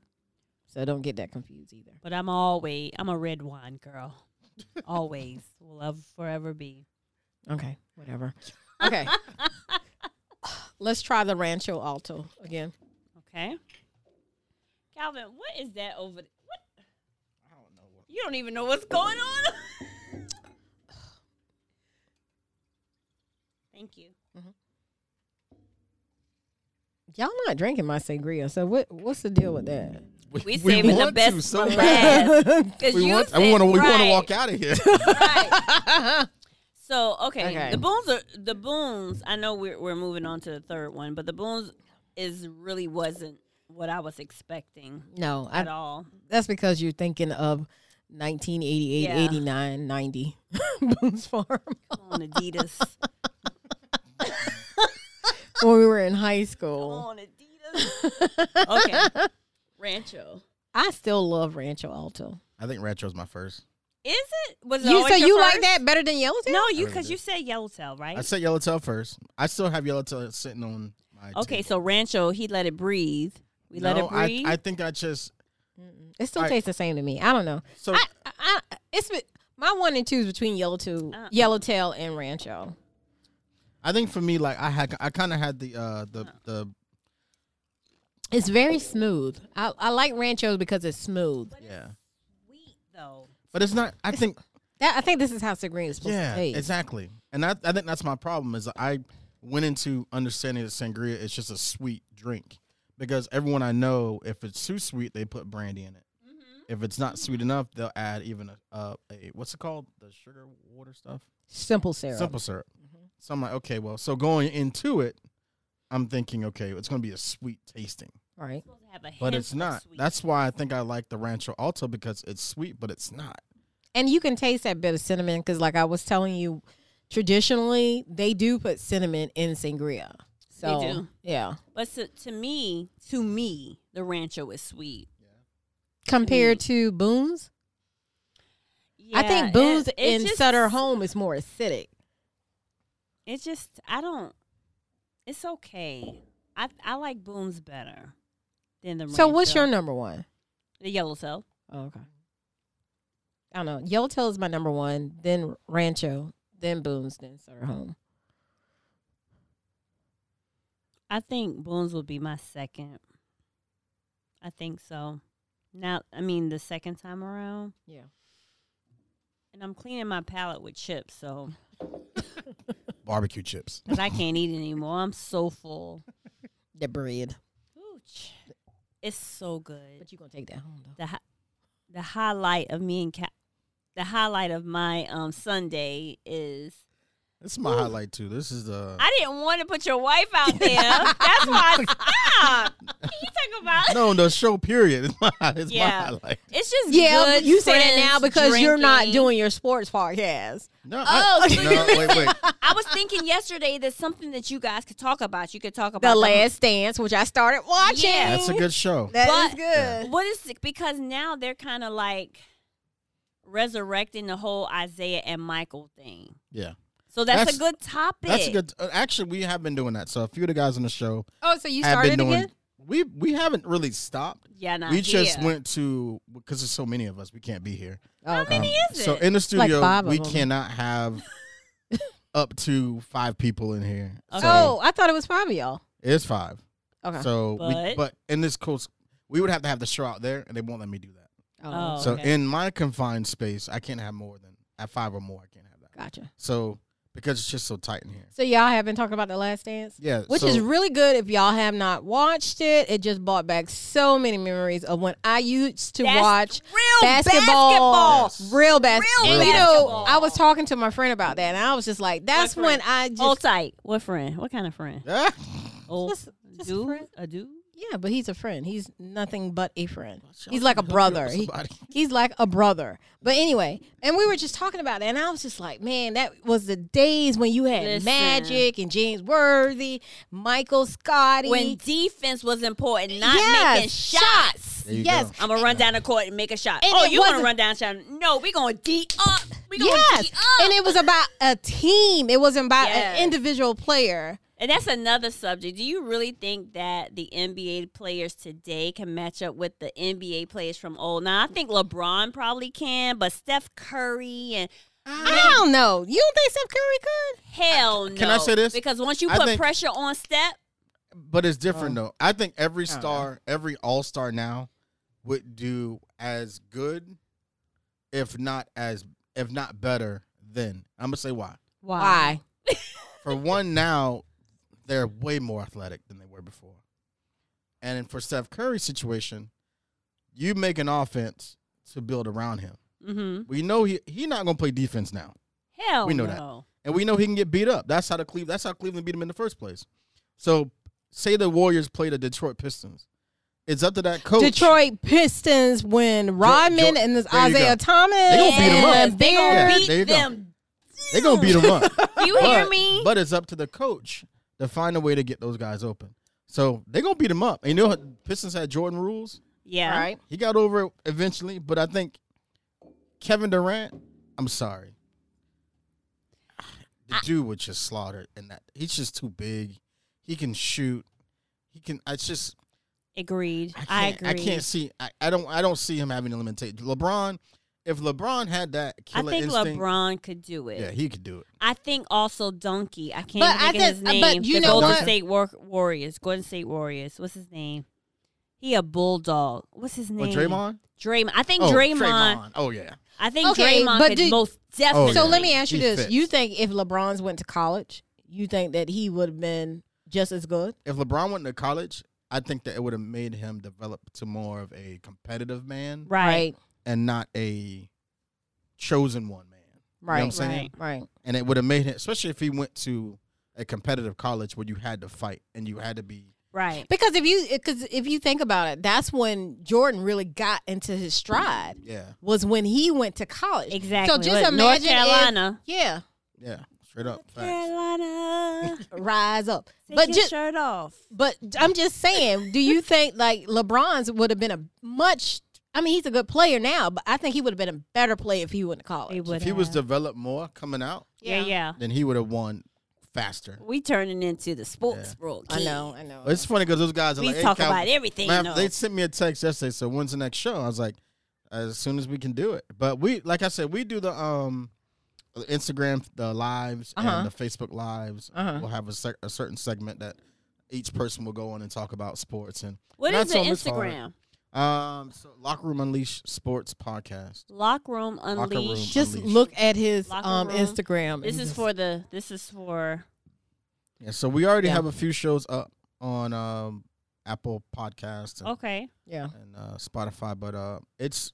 So don't get that confused either.
But I'm always, I'm a red wine girl. [LAUGHS] always. Will love forever be.
Okay,
[LAUGHS]
whatever. Okay. [SIGHS] Let's try the Rancho Alto again.
Okay. Calvin, what is that over there? What? You don't even know what's going on. [SIGHS] Thank you.
Y'all not drinking my sangria. So what what's the deal with that? [LAUGHS]
We saving the
want
best
to
for
bad.
last. 'Cause
[LAUGHS] We
you
want,
said,
we want to we want to
right,
walk out
[LAUGHS]
of here.
Right. so okay,
Okay.
the boons are the boons. I know we're we're moving on to the third one, but the boons is really wasn't what I was expecting
No, I
at all.
That's because you're thinking of 1988,
Yeah. [LAUGHS]
89, 90.
[LAUGHS]
Boone's Farm.
on Adidas.
when we were in high school.
on, Adidas. [LAUGHS] Okay. Rancho.
I still love Rancho Alto.
I think Rancho's my first.
Is it? Was it
You
always
so
your
you like
first?
that better than Yellowtail?
No, you
really
because
do.
you said Yellowtail, right?
I said Yellowtail first. I still have Yellowtail sitting on my.
okay,
table.
so Rancho, he let it breathe. We let
No,
it breathe.
I, I think I just
It still
I-
tastes the same to me. I don't know.
so
I, I, I it's be- my one and two is between Yellowtail,
Uh-uh.
Yellowtail and Rancho.
I think for me like I had I kind of had the uh the the
It's very smooth. I, I like Ranchos because it's smooth.
yeah,
Sweet though.
but it's not. I think
That I think this is how sangria is supposed
yeah,
to taste.
exactly. And I I think that's my problem is I went into understanding that sangria is just a sweet drink because everyone I know if it's too sweet they put brandy in it. If it's not sweet enough, they'll add even a, uh, a what's it called? The sugar water stuff.
Simple syrup.
Simple syrup. So I'm like, okay, well, so going into it, I'm thinking, okay, it's going to be a sweet tasting,
Right.
Supposed to have a
but
hint
it's
of
not.
sweet.
That's why I think I like the Rancho Alto because it's sweet, but it's not.
And you can taste that bit of cinnamon because, like I was telling you, traditionally they do put cinnamon in sangria. So
do.
yeah,
But so, to me, to me, the Rancho is sweet.
compared to Boone's, I
Mm-hmm. Yeah,
think Boone's
it- it
in
just-
Sutter Home is more acidic.
It's just I don't. It's okay. I I like Boone's better than the.
So what's
Rancho.
your number one?
the Yellowtail?
Oh, okay. I don't know. Yellowtail is my number one, then Rancho, then Boone's, then Sutter Home.
I think Boone's will be my second. I think so. Now, I mean, the second time around,
Yeah.
and I'm cleaning my palate with chips, so
Barbecue chips.
because I can't eat anymore. I'm so full.
The bread.
Ooch. It's so good.
But you're going to take that home, though.
The hi- the highlight of me and Cat, the highlight of my um Sunday is
This is my highlight too. This is uh, the
I didn't want to put your wife out there. That's why I
[LAUGHS]
stopped. What you talking about?
no the show period. [LAUGHS] It's my, it's
Yeah.
my highlight.
It's just
Yeah,
good
but you say that
friends
now because you're not
drinking.
doing your sports podcast.
No, I,
Oh.
no, wait, wait.
[LAUGHS] I was thinking yesterday there's something that you guys could talk about. You could talk
The
about
Last Dance, which I started watching.
Yeah.
That's a good show.
That
But-
is good.
What is it? Because now they're kind of like resurrecting the whole Isaiah and Michael thing.
Yeah,
So that's,
That's-
a good topic.
that's a good. uh, Actually, we have been doing that. So a few of the guys on the show
Oh, so you
have
started
been doing.
again?
We we haven't really stopped.
Yeah, not
we just
here.
went to because there's so many of us. We can't be here.
Oh, okay.
Um,
is
So
it?
in the studio,
five of
we
them.
cannot
[LAUGHS]
have up to five people in here. So
oh, I thought it was five of y'all.
it's five.
Okay.
So, we,
But-
but in this course, we would have to have the show out there, and they won't let me do that.
Oh.
so
okay.
in my confined space, I can't have more than at five or more. I can't have that.
gotcha.
So because it's just so tight in here.
So y'all have been talking about The Last Dance?
Yeah,
Which
so- [LAUGHS]
is really good if y'all have not watched it. It just brought back so many memories of when I used to
That's
watch
real
basketball,
basketball.
real basketball.
Real
and you know,
basketball.
I was talking to my friend about that, and I was just like, "That's
What
when
friend?
I just,
Old tight. What friend? What kind of friend? Old
Just- just a
dude?
friend.
A dude?
yeah." But he's a friend. He's nothing but a friend. He's like a brother. He-
[LAUGHS] somebody.
he's like a brother. But anyway, and we were just talking about it, and I was just like, "Man, that was the days when you had
Listen.
Magic and James Worthy, Michael Scotty,
When defense was important, not
Yes,
making shots.
There you
Yes.
go.
I'm gonna run down the court and make a shot.
And
oh,
it
you want to
wasn't-
run down shot? No, we gonna D up. We gonna
Yes,
D up.
and
And,
it was about a team. It wasn't about
Yes.
an individual player.
that's another subject. Do you really think that the NBA players today can match up with the NBA players from old? Now, I think LeBron probably can, but Steph Curry and
I don't know. You don't think Steph Curry could?
hell no.
Can I say this?
Because once you
I
put
think-
pressure on Steph,
But it's different
Oh.
though. I think every star, every all star now, would do as good, if not as if not better. Then I'm gonna say why.
Why?
For
[LAUGHS]
one, now they're way more athletic than they were before, and for Steph Curry's situation, you make an offense to build around him.
Mm-hmm.
We know he he not gonna play defense now.
Hell
We know that.
no.
and we know he can get beat up. That's how the Cleve- That's how Cleveland beat him in the first place. So, say the Warriors play the Detroit Pistons. It's up to that coach.
Detroit Pistons when Rodman
Jo-
and this
there you
Isaiah
go.
Thomas.
They gonna beat 'em up.
and
They gonna
Bear-
Yeah,
beat
there you go.
them.
They're gonna beat him up.
Do [LAUGHS] you hear
But-
me?
But it's up to the coach to find a way to get those guys open. So they're gonna beat him up. And you know, how Pistons had Jordan rules.
Yeah.
Right?
He got over it eventually, but I think Kevin Durant. I'm sorry. The dude was just slaughtered, and that he's just too big. He can shoot. He can. It's just
Agreed. I,
I can't,
agree.
I, can't see. I, I don't. I don't see him having a limitation. LeBron, if LeBron had that
I
killer
think
instinct,
LeBron could do it.
yeah, he could do it.
I think also Donkey. I can't
But
think
I
of
just-
his
but
name.
you
the
know
Golden
what?
State War- Warriors. Golden State Warriors. What's his name? He a bulldog. What's his
But
name?
Draymond.
Draymond. I think
Oh,
Draymond,
Oh yeah.
I think
Okay,
Draymond
but
could
do-
most definitely.
Oh, yeah.
So let me ask you
He
this:
fits.
You think if LeBron's went to college, you think that he would have been just as good?
If LeBron went to college, I think that it would have made him develop to more of a competitive man
Right.
and not a chosen one man. You know what I'm
Right.
saying?
Right.
Right.
And it would have made him, especially if he went to a competitive college where you had to fight and you had to be.
Right.
Because if you because if you think about it, that's when Jordan really got into his stride.
Yeah.
Was when he went to college.
Exactly.
So just
Look,
imagine
North
if-
Carolina.
yeah,
Yeah. Straight up. Facts.
Carolina.
rise up.
Take
but
your
just
shirt off.
but I'm just saying, do you think like LeBron's would have been a much? I mean, he's a good player now, but I think he would have been a better player if he went to college.
He would
If he was
have.
developed more coming out,
yeah, yeah,
then he would have won faster.
We turning into the sports world.
I
kid.
know, I know.
But it's funny because those guys are
We
like, hey,
talk
Cal-
about everything.
Man,
though.
they sent me a text yesterday. So when's the next show? I was like, as soon as we can do it. But we, like I said, we do the um, the Instagram the lives
Uh-huh.
and the Facebook lives.
Uh-huh.
We'll have a, sec- a certain segment that each person will go on and talk about sports and
what
and I
is the
told 'em it's hard.
Instagram?
um, so locker room unleash sports podcast.
Lock room
Locker room.
unleashed.
just
Unleashed.
look at his
Locker
um,
room.
Instagram. and
This is
just-
for the. This is for.
Yeah, so we already
Yeah.
have a few shows up on um Apple Podcasts and
Okay.
yeah.
and uh, Spotify. But uh, it's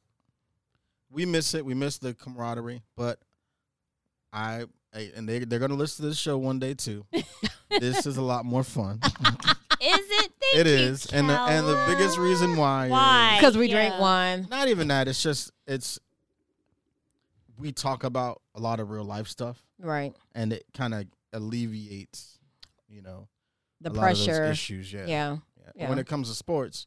we miss it. We miss the camaraderie. But I I- and they they're gonna listen to this show one day too. this is a lot more fun.
Is
[LAUGHS]
it?
it is, and the, and the biggest reason why
Why?
is-
Because we
Yeah.
drink wine.
not even that. It's just it's we talk about a lot of real life stuff,
Right.
and it kind of alleviates you know
The
a lot of
pressure.
those issues.
Yeah.
Yeah. And When
Yeah.
it comes to sports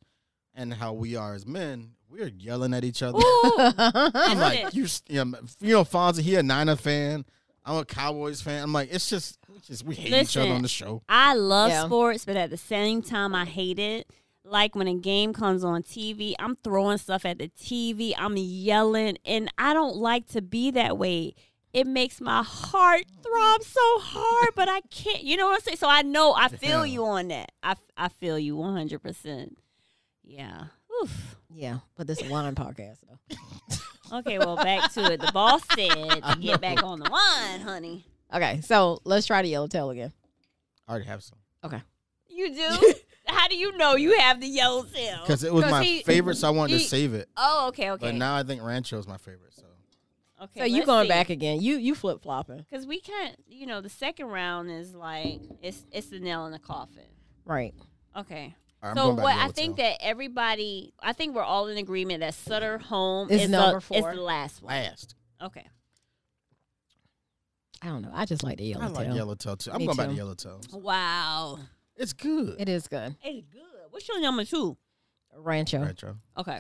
and how we are as men, we're yelling at each other.
Ooh,
I'm
Isn't
like,
it?
you, s- you know, you know, Fonzie, he a Niner fan. I'm a Cowboys fan. I'm like, it's just, we just we hate each other
Listen.
on the show.
I love
Yeah.
sports, but at the same time, I hate it. Like when a game comes on TV, I'm throwing stuff at the TV. I'm yelling, and I don't like to be that way. It makes my heart throb so hard, but I can't. You know what I'm saying? So I know I feel
Yeah.
you on that. I, I feel you 100. percent Yeah. Oof.
yeah. But this wine podcast though.
Okay. Well, back to it. The
[LAUGHS]
boss said to get back on the wine, honey.
Okay, so let's try the yellow tail again.
I already have some
You
[LAUGHS]
do? How do you know you have the yellow tail?
because it was
'Cause
my
he-
favorite, so I wanted
he-
to save it.
Oh, okay, okay.
But now I think Rancho is my favorite. So
okay,
So you
let's
going
see.
back again? You you flip flopping,
Cause we can't, you know, the second round is like it's it's the nail in the coffin.
right?
Okay.
All right, I'm
so
going back to
what I
Yellowtail.
think that everybody, I think we're all in agreement that Sutter Home
Is
is
number
the, is
four.
the last one.
last,
Okay.
I don't know. I just like the yellow
I
tail.
like Yellowtail too. I'm
Me
going back
too.
to Yellowtail.
Wow.
It's good.
It is good
It's good. What's your number two?
rancho.
Rancho.
Okay.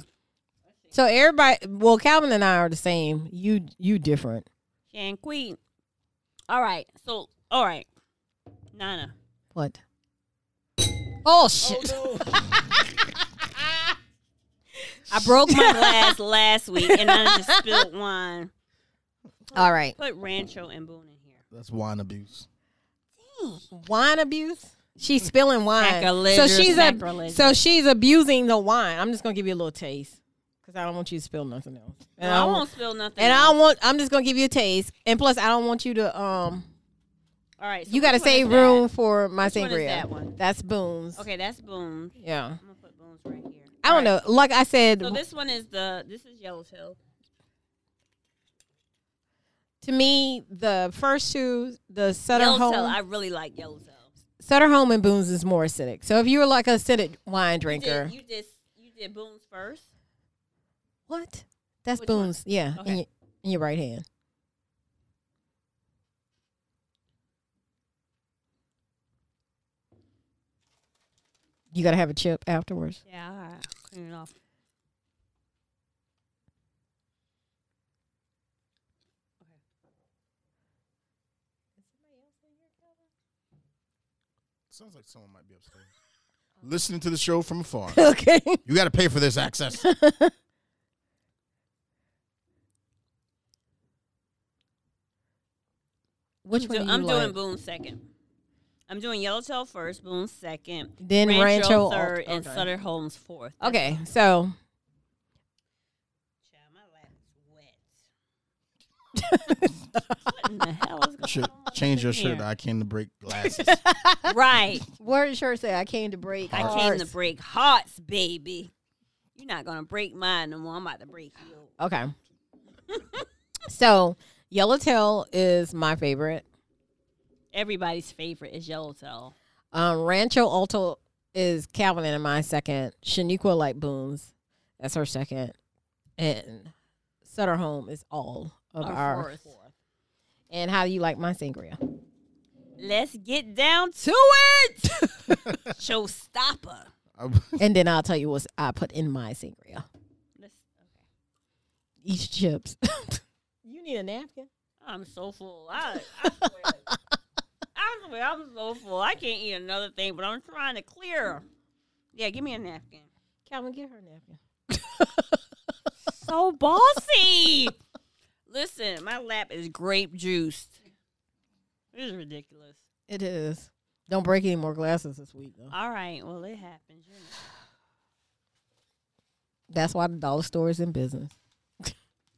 So everybody, well, Calvin and I are the same. You you different.
Shan Queen. All right. So all right. Nana.
What? Oh shit!
I broke
[LAUGHS]
my glass last week and I just spilled wine.
All right,
Put Rancho and Boone in here.
That's wine abuse.
wine abuse. She's spilling wine, so
Sacrilegious,
she's a,
sacrilegious.
so she's abusing the wine. I'm just gonna give you a little taste because I don't want you to spill nothing else. And
I
I
won't spill nothing.
And I
else.
don't want. I'm just gonna give you a taste. And plus, I don't want you to. Um,
All right. so
you got to
which one
save
is that?
room for my
Which
sangria.
one is that one?
That's Boone's.
Okay, that's Boone.
Yeah.
I'm gonna put Boone's right here.
I don't know. Like I said,
So this one is the this is Yellowtail.
to me, the first two, the Sutter
Yellowtail.
Home,
I really like Yellowtail.
Sutter Home and Boone's is more acidic. So if you were like a acidic wine
You
drinker,
did, you did you did Boone's first.
what? That's
Which one?
Boone's. Yeah,
Okay.
in, your, in your right hand. You gotta have a chip afterwards. [LAUGHS]
Yeah, I clean it off.
Sounds like someone might be upstairs. Listening to the show from afar.
Okay.
you got to pay for this access.
Which
Do-
one? do
I'm
you
doing
like?
Boone second. I'm doing Yellowtail first, Boone second,
Then Rancho
Rancho,
Alt-
third, and
okay.
Sutter Holmes fourth. That's
Okay, so
Child, my lap is wet. what in the hell is going
Should
on?
change your
in
shirt.
here?
I came to break glasses.
Right.
where did shirt say I came to break?
I came to break hearts, baby. You're not going to break mine no more. I'm about to break you. [LAUGHS]
Okay. so Yellowtail is my favorite.
Everybody's favorite is Yellowtail.
Um, Rancho Alto is Calvin and my second. Shaniqua Light Booms, that's her second. And Sutter Home is all of
Our
our.
fourth.
And how do you like my sangria?
Let's get down to it.
[LAUGHS]
Showstopper.
I-
and then I'll tell you what I put in my sangria.
Let's, okay.
Each chips. [LAUGHS] you need a napkin.
I'm so full. I, I swear. I swear, I'm so full. I can't eat another thing, but I'm trying to clear. Yeah, give me a napkin.
Calvin, get her a napkin.
So bossy. Listen, my lap is grape juiced. This is ridiculous.
It is. Don't break any more glasses this week though.
All right, well, it happens. You know.
That's why the dollar store is in business.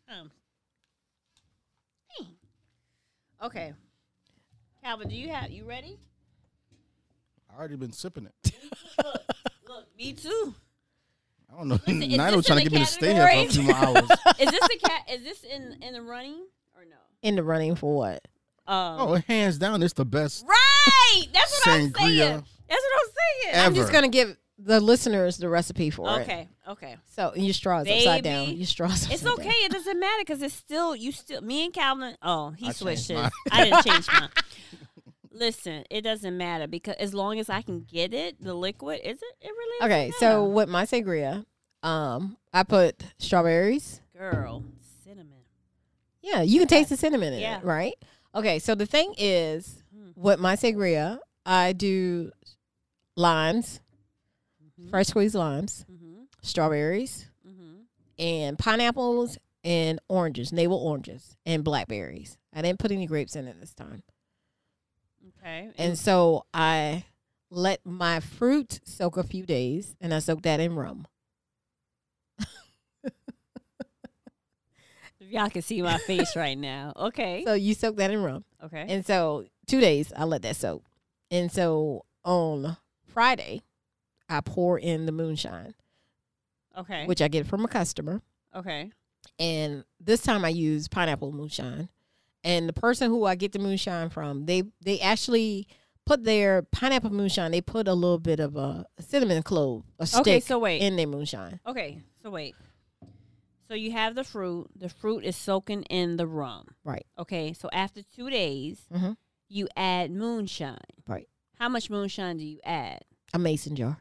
Um. dang. Okay. Calvin, do you have you ready?
I already been sipping it.
Look, me too.
I don't know.
Listen, is
[LAUGHS] Nino
this
trying to
in
get
the
me to stay here for a few more hours.
[LAUGHS] Is this a cat? Is this in in the running or no?
In the running for what?
Um,
Oh, hands down, it's the best.
right. That's what I'm saying.
Sangria
That's what I'm saying.
I'm just
Ever.
gonna give the listeners the recipe for it.
Okay. Okay.
So and your straws upside down.
Baby,
Your straws.
It's
[LAUGHS] upside
okay. It doesn't matter because it's still you. Still me and Calvin. Oh, he
I
switched
changed
his.
mine.
I
[LAUGHS]
didn't change mine. Listen, it doesn't matter because as long as I can get it, the liquid is it. It really
Down.
doesn't
Okay. So
matter.
with my sangria, um, I put strawberries.
girl, cinnamon.
Yeah, you can taste the cinnamon in
Yeah.
it, right? Okay. So the thing is,
Mm.
with my sangria, I do limes,
Mm-hmm.
fresh squeezed limes,
Mhm.
strawberries,
Mhm.
and pineapples and oranges, navel oranges, and blackberries. I didn't put any grapes in it this time.
Okay.
And so I let my fruit soak a few days and I soaked that in rum.
if y'all can see my face right now. Okay.
So you soak that in rum.
okay.
And so two days I let that soak. And so on Friday, I pour in the moonshine,
okay.
which I get from a customer.
okay.
And this time I use pineapple moonshine. And the person who I get the moonshine from, they they actually put their pineapple moonshine, they put a little bit of a cinnamon clove, a stick
Okay. So wait.
in their moonshine.
okay. So wait. So you have the fruit. The fruit is soaking in the rum.
Right.
Okay. So after two days,
Mhm.
you add moonshine.
Right.
How much moonshine do you add?
A mason jar.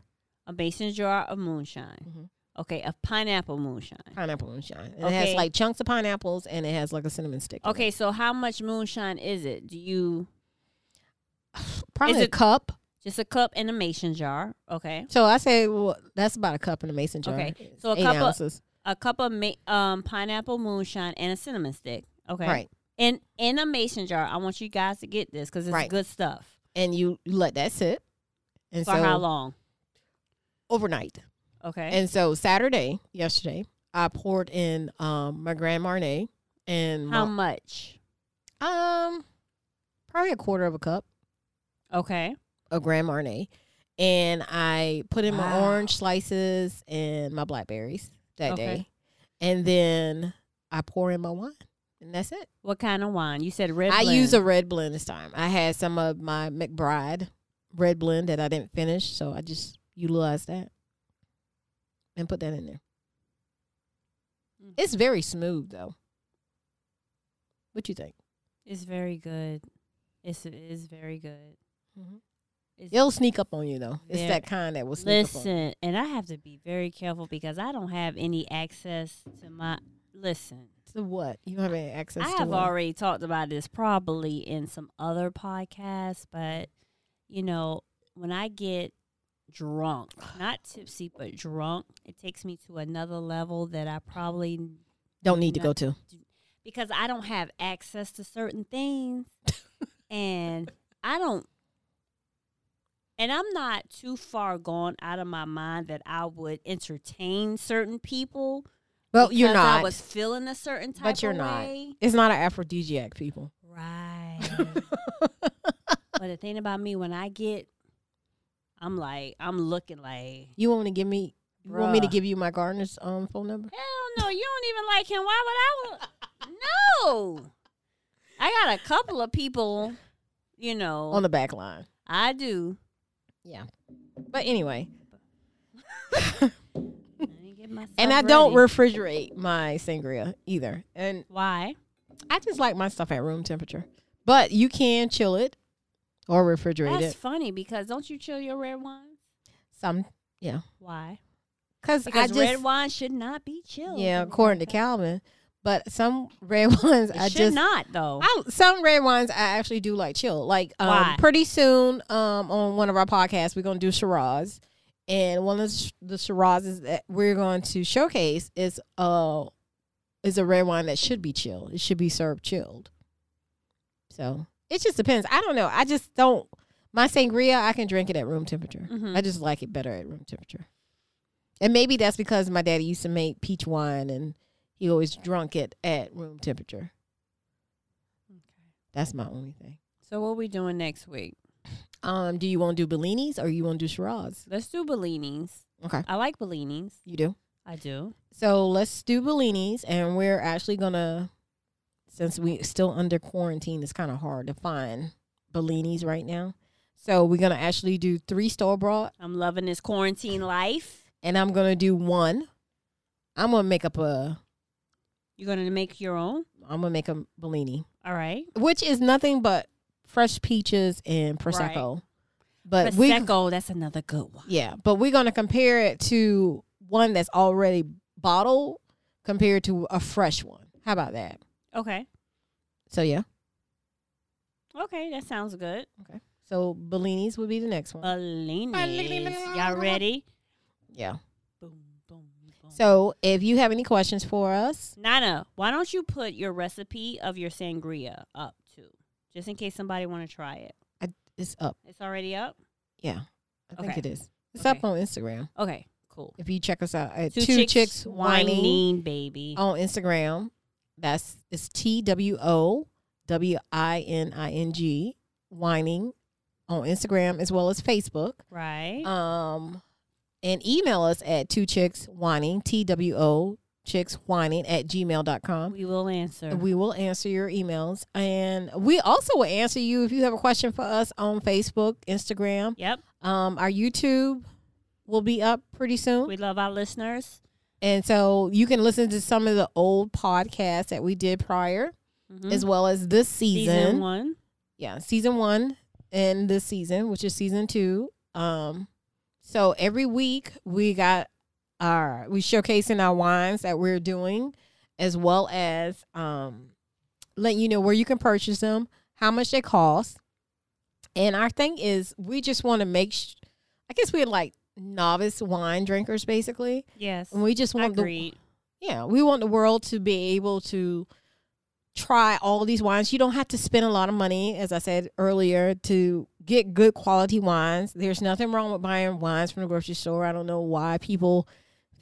A mason jar of moonshine.
Mhm.
Okay. Of pineapple moonshine.
pineapple moonshine. And It has
Okay.
like chunks of pineapples and it has like a cinnamon stick. in
Okay. So how much moonshine is it? Do you
it. probably
is
a
it-
cup.
just a cup in a mason jar? Okay.
So I say, well, that's about a cup in a mason jar.
Okay.
It's
So a
eight
cup of-
ounces,
a cup of ma- um, pineapple moonshine and a cinnamon stick. Okay.
right?
In in a mason jar. I want you guys to get this because it's
Right.
good stuff.
And you you let that sit. And
For
so
how long?
Overnight.
Okay.
And so Saturday, yesterday, I poured in um, my Grand Marnier and
how
my-
much?
um probably a quarter of a cup
Okay.
of Grand Marnier, and I put in my
Wow.
orange slices and my blackberries that
Okay.
day, and then I pour in my wine, and that's it.
What kind of wine? You said red.
I
blend.
use a red blend this time. I had some of my McBride red blend that I didn't finish, so I just utilized that and put that in there.
Mm.
It's very smooth though. What you think?
It's very good. It's it is very good. It's-
It'll sneak up on you though. It's
There-
that kind that will Mm-hmm. sneak up on you.
Listen, and I have to be very careful because I don't have any access to my. Listen,
To what? You don't have any access
I
to
have
what?
already talked about this probably in some other podcasts, but you know, when I get drunk, not tipsy, but drunk, it takes me to another level that I probably
don't need to
no.
go to.
because I don't have access to certain
[LAUGHS]
things and I don't and I'm not too far gone out of my mind that I would entertain certain people.
Well, Oh, you're
because
not.
I was feeling a certain type
but you're
of
not.
way.
It's not an aphrodisiac, people.
Right. but the thing about me, when I get, I'm like, I'm looking like,
You want me to give me? You want me to
Bruh.
give you my gardener's um phone number?
hell no, you don't even like him. Why would
[LAUGHS]
I? wa- no. I got a couple of people, you know,
On the back line.
I do.
Yeah. But anyway,
Let me get myself
and I don't
ready.
refrigerate my sangria either, and
Why?
I just like my stuff at room temperature. But you can chill it or refrigerate
That's
it.
funny because don't you chill your red wines?
Some, yeah,
Why?
because I
Because
just
red wine should not be chilled.
yeah, according to Calvin. But some red [LAUGHS] ones,
It
I
should
just
not though.
I, some red wines I actually do like chill. Like um,
Why?
pretty soon um, on one of our podcasts we're gonna do Shiraz, and one of the, sh- the Shirazes that we're going to showcase is uh is a red wine that should be chilled. It should be served chilled. So it just depends. I don't know. I just don't. My sangria I can drink it at room temperature.
Mhm.
I just like it better at room temperature. And maybe that's because my daddy used to make peach wine and he always drunk it at room temperature. That's my only thing.
so what are we doing next week?
Um, do you want to do Bellinis or you want to do Shiraz?
Let's do Bellinis.
Okay,
I like Bellinis.
you do.
I do.
So let's do Bellinis, and we're actually gonna, since we still under quarantine, it's kind of hard to find Bellinis right now. So we're gonna actually do three store bought,
I'm loving this quarantine life.
and I'm gonna do one. I'm gonna make up a.
You're gonna make your own.
I'm gonna make a Bellini,
All right.
which is nothing but fresh peaches and prosecco. But we
Prosecco, that's another good one.
Yeah, but we're gonna compare it to one that's already bottled compared to a fresh one. How about that?
Okay.
So yeah.
Okay, that sounds good.
Okay. So Bellinis would be the next one.
Bellinis. Y'all ready?
yeah.
Boom, boom,
oh.
boom.
So if you have any questions for us,
Nana, why don't you put your recipe of your sangria up too, just in case somebody want to try it?
it's up.
It's already up.
Yeah. I think
Okay.
it is. It's up
Okay.
on Instagram.
Okay, cool.
If you check us out at Two, Chicks, Whining, Um,
baby.
on Instagram. That's it's T W O W I N I N G Whining on Instagram as well as Facebook.
Right.
Um, and email us at two chicks whining, T W O chicks whining at gmail.com.
we will answer.
um, We will answer your emails. And we also will answer you if you have a question for us on Facebook, Instagram.
yep.
Um, our YouTube will be up pretty soon.
We love our listeners.
and so you can listen to some of the old podcasts that we did prior,
Mhm.
as well as this
season one.
yeah, season one and this season, which is season two. Um, so every week we got our we showcasing our wines that we're doing, as well as um, letting you know where you can purchase them, how much they cost, and our thing is we just want to make. Sh- I guess we're like novice wine drinkers, basically,
Yes.
and we just want the
Agreed.
yeah, we want the world to be able to try all these wines. You don't have to spend a lot of money, as I said earlier, to get good quality wines. There's nothing wrong with buying wines from the grocery store. I don't know why people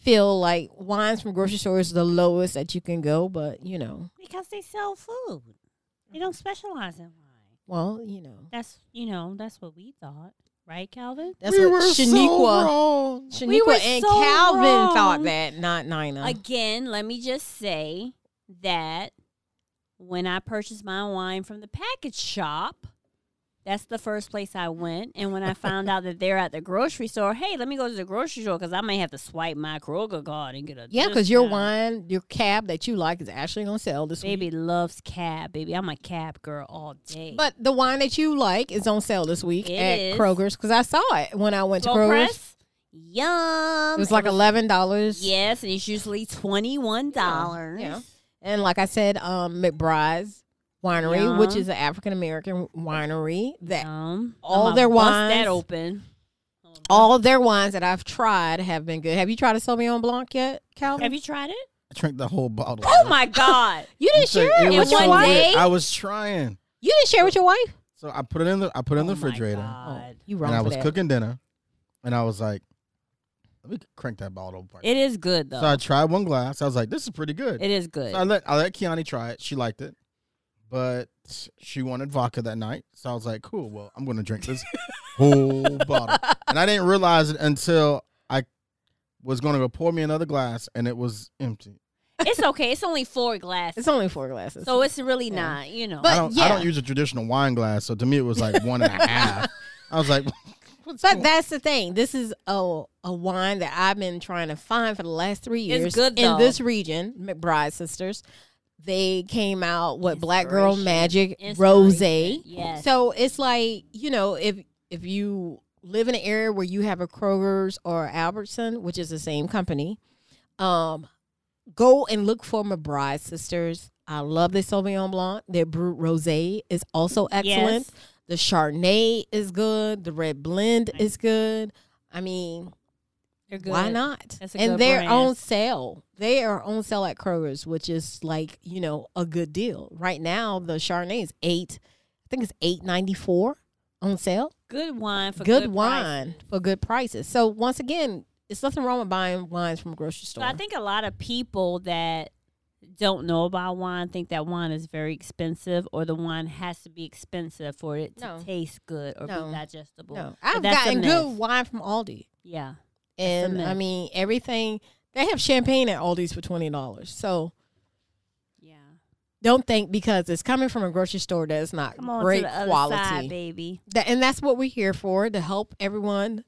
feel like wines from grocery store is the lowest that you can go, but you know,
Because they sell food. They don't specialize in wine.
well, you know.
That's you know, that's what we thought. Right, Calvin?
That's
we
what
were so
Shaniqua
wrong.
Shaniqua
We were
and
so
Calvin thought
wrong.
that, not Nina.
Again, let me just say that when I purchased my wine from the package shop, That's the first place I went. And when I
[LAUGHS]
found out that they're at the grocery store, hey, let me go to the grocery store because I may have to swipe my Kroger card and get a
Yeah, because your
discount.
wine, your cab that you like is actually going to sell this week.
Baby loves cab, baby. I'm a cab girl all day.
But the wine that you like is on sale this week
It
at
is.
Kroger's because I saw it when I went to
Slow
Kroger's.
press, yum.
It was like eleven dollars.
yes, and it's usually twenty one dollars.
Yeah. And like I said, um, McBride's Winery,
Yeah.
which is an African American winery, that
Um,
All
I'ma
their
bust that
wines.
open.
all their wines that I've tried have been good. Have you tried a Sauvignon Blanc yet, Calvin?
Have you tried it?
I drank the whole bottle.
Oh my god!
you
I'm
didn't
saying,
share it,
it
with
was
your
so
wife.
good. I was trying.
You didn't share with your wife.
So I put it in the I put it in the
Oh my
refrigerator.
God.
You wrong
And I
for
was
that.
cooking dinner. And I was like, let me crank that bottle apart.
It is good though.
So I tried one glass. I was like, this is pretty good.
it is good.
So I let I let Kiani try it. She liked it. But she wanted vodka that night. So I was like, cool, well, I'm gonna drink
[LAUGHS]
this whole bottle. And I didn't realize it until I was gonna go pour me another glass and it was empty.
it's okay. It's only four glasses,
It's only four glasses.
so it's really
Yeah.
not. You know,
But
I don't I
yeah.
don't use a traditional wine glass, so to me it was like one and a half. I was like,
But that's the thing. This is a a wine that I've been trying to find for the last three
It's
years
good,
in
though.
this region. McBride Sisters. They came out with Black Girl
Inspiration.
Magic Rose.
Inspiration. Yes.
So it's like you know if if you live in an area where you have a Kroger's or Albertson, which is the same company, um, go and look for McBride Sisters. I love the Sauvignon Blanc. Their Brut Rosé is also excellent.
Yes.
The Chardonnay is good. The Red Blend is good. I mean,
They're good.
why not?
That's a
And
good
they're
brand.
on sale. They are on sale at Kroger's, which is like you know a good deal right now. The Chardonnay is eight. I think it's eight ninety four on sale.
Good wine for
good,
good, price.
wine for good prices. So once again, it's nothing wrong with buying wines from a grocery
So
store.
I think a lot of people that don't know about wine think that wine is very expensive, or the wine has to be expensive for it to
No.
taste good or
No.
be digestible.
no,
But
I've
that's a
gotten good
myth.
wine from Aldi.
Yeah, a
and I
myth.
mean everything. They have champagne at Aldi's for twenty dollars. So
yeah.
don't think because it's coming from a grocery store that it's not
Come on
great
to the other
quality.
side, baby.
That- and that's what we're here for to help everyone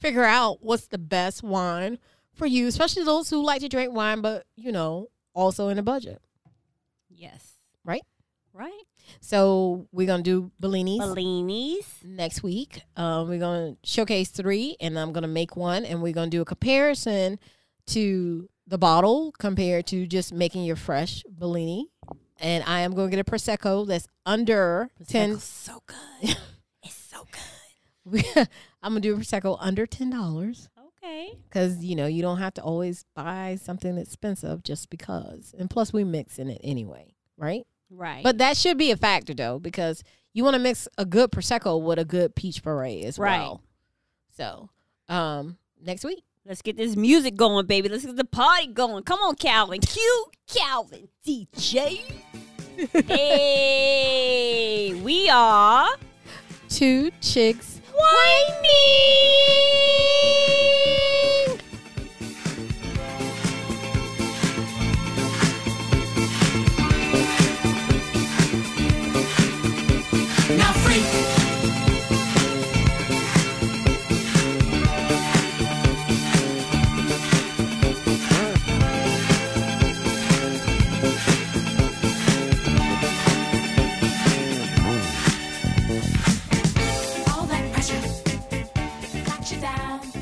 figure out what's the best wine for you, especially those who like to drink wine, but you know also in a budget,
Yes,
right?
right.
So we're gonna do Bellinis.
Bellinis.
next week. Um, we're gonna showcase three, and I'm gonna make one, and we're gonna do a comparison to the bottle compared to just making your fresh Bellini. And I am gonna get a prosecco that's under ten.
Prosecco's so good. it's so good.
[LAUGHS] I'm gonna do a prosecco under ten dollars
Okay.
because you know you don't have to always buy something expensive just because. And plus, we mix in it anyway, right?
Right.
But that should be a factor though, because you want to mix a good prosecco with a good peach puree as
Right.
well. So, um, next week.
Let's get this music going, baby. Let's get the party going. Come on, Calvin. Cue Calvin
[LAUGHS]
DJ. hey, we are
Two chicks.
whining.
Now freak. All that pressure got you down.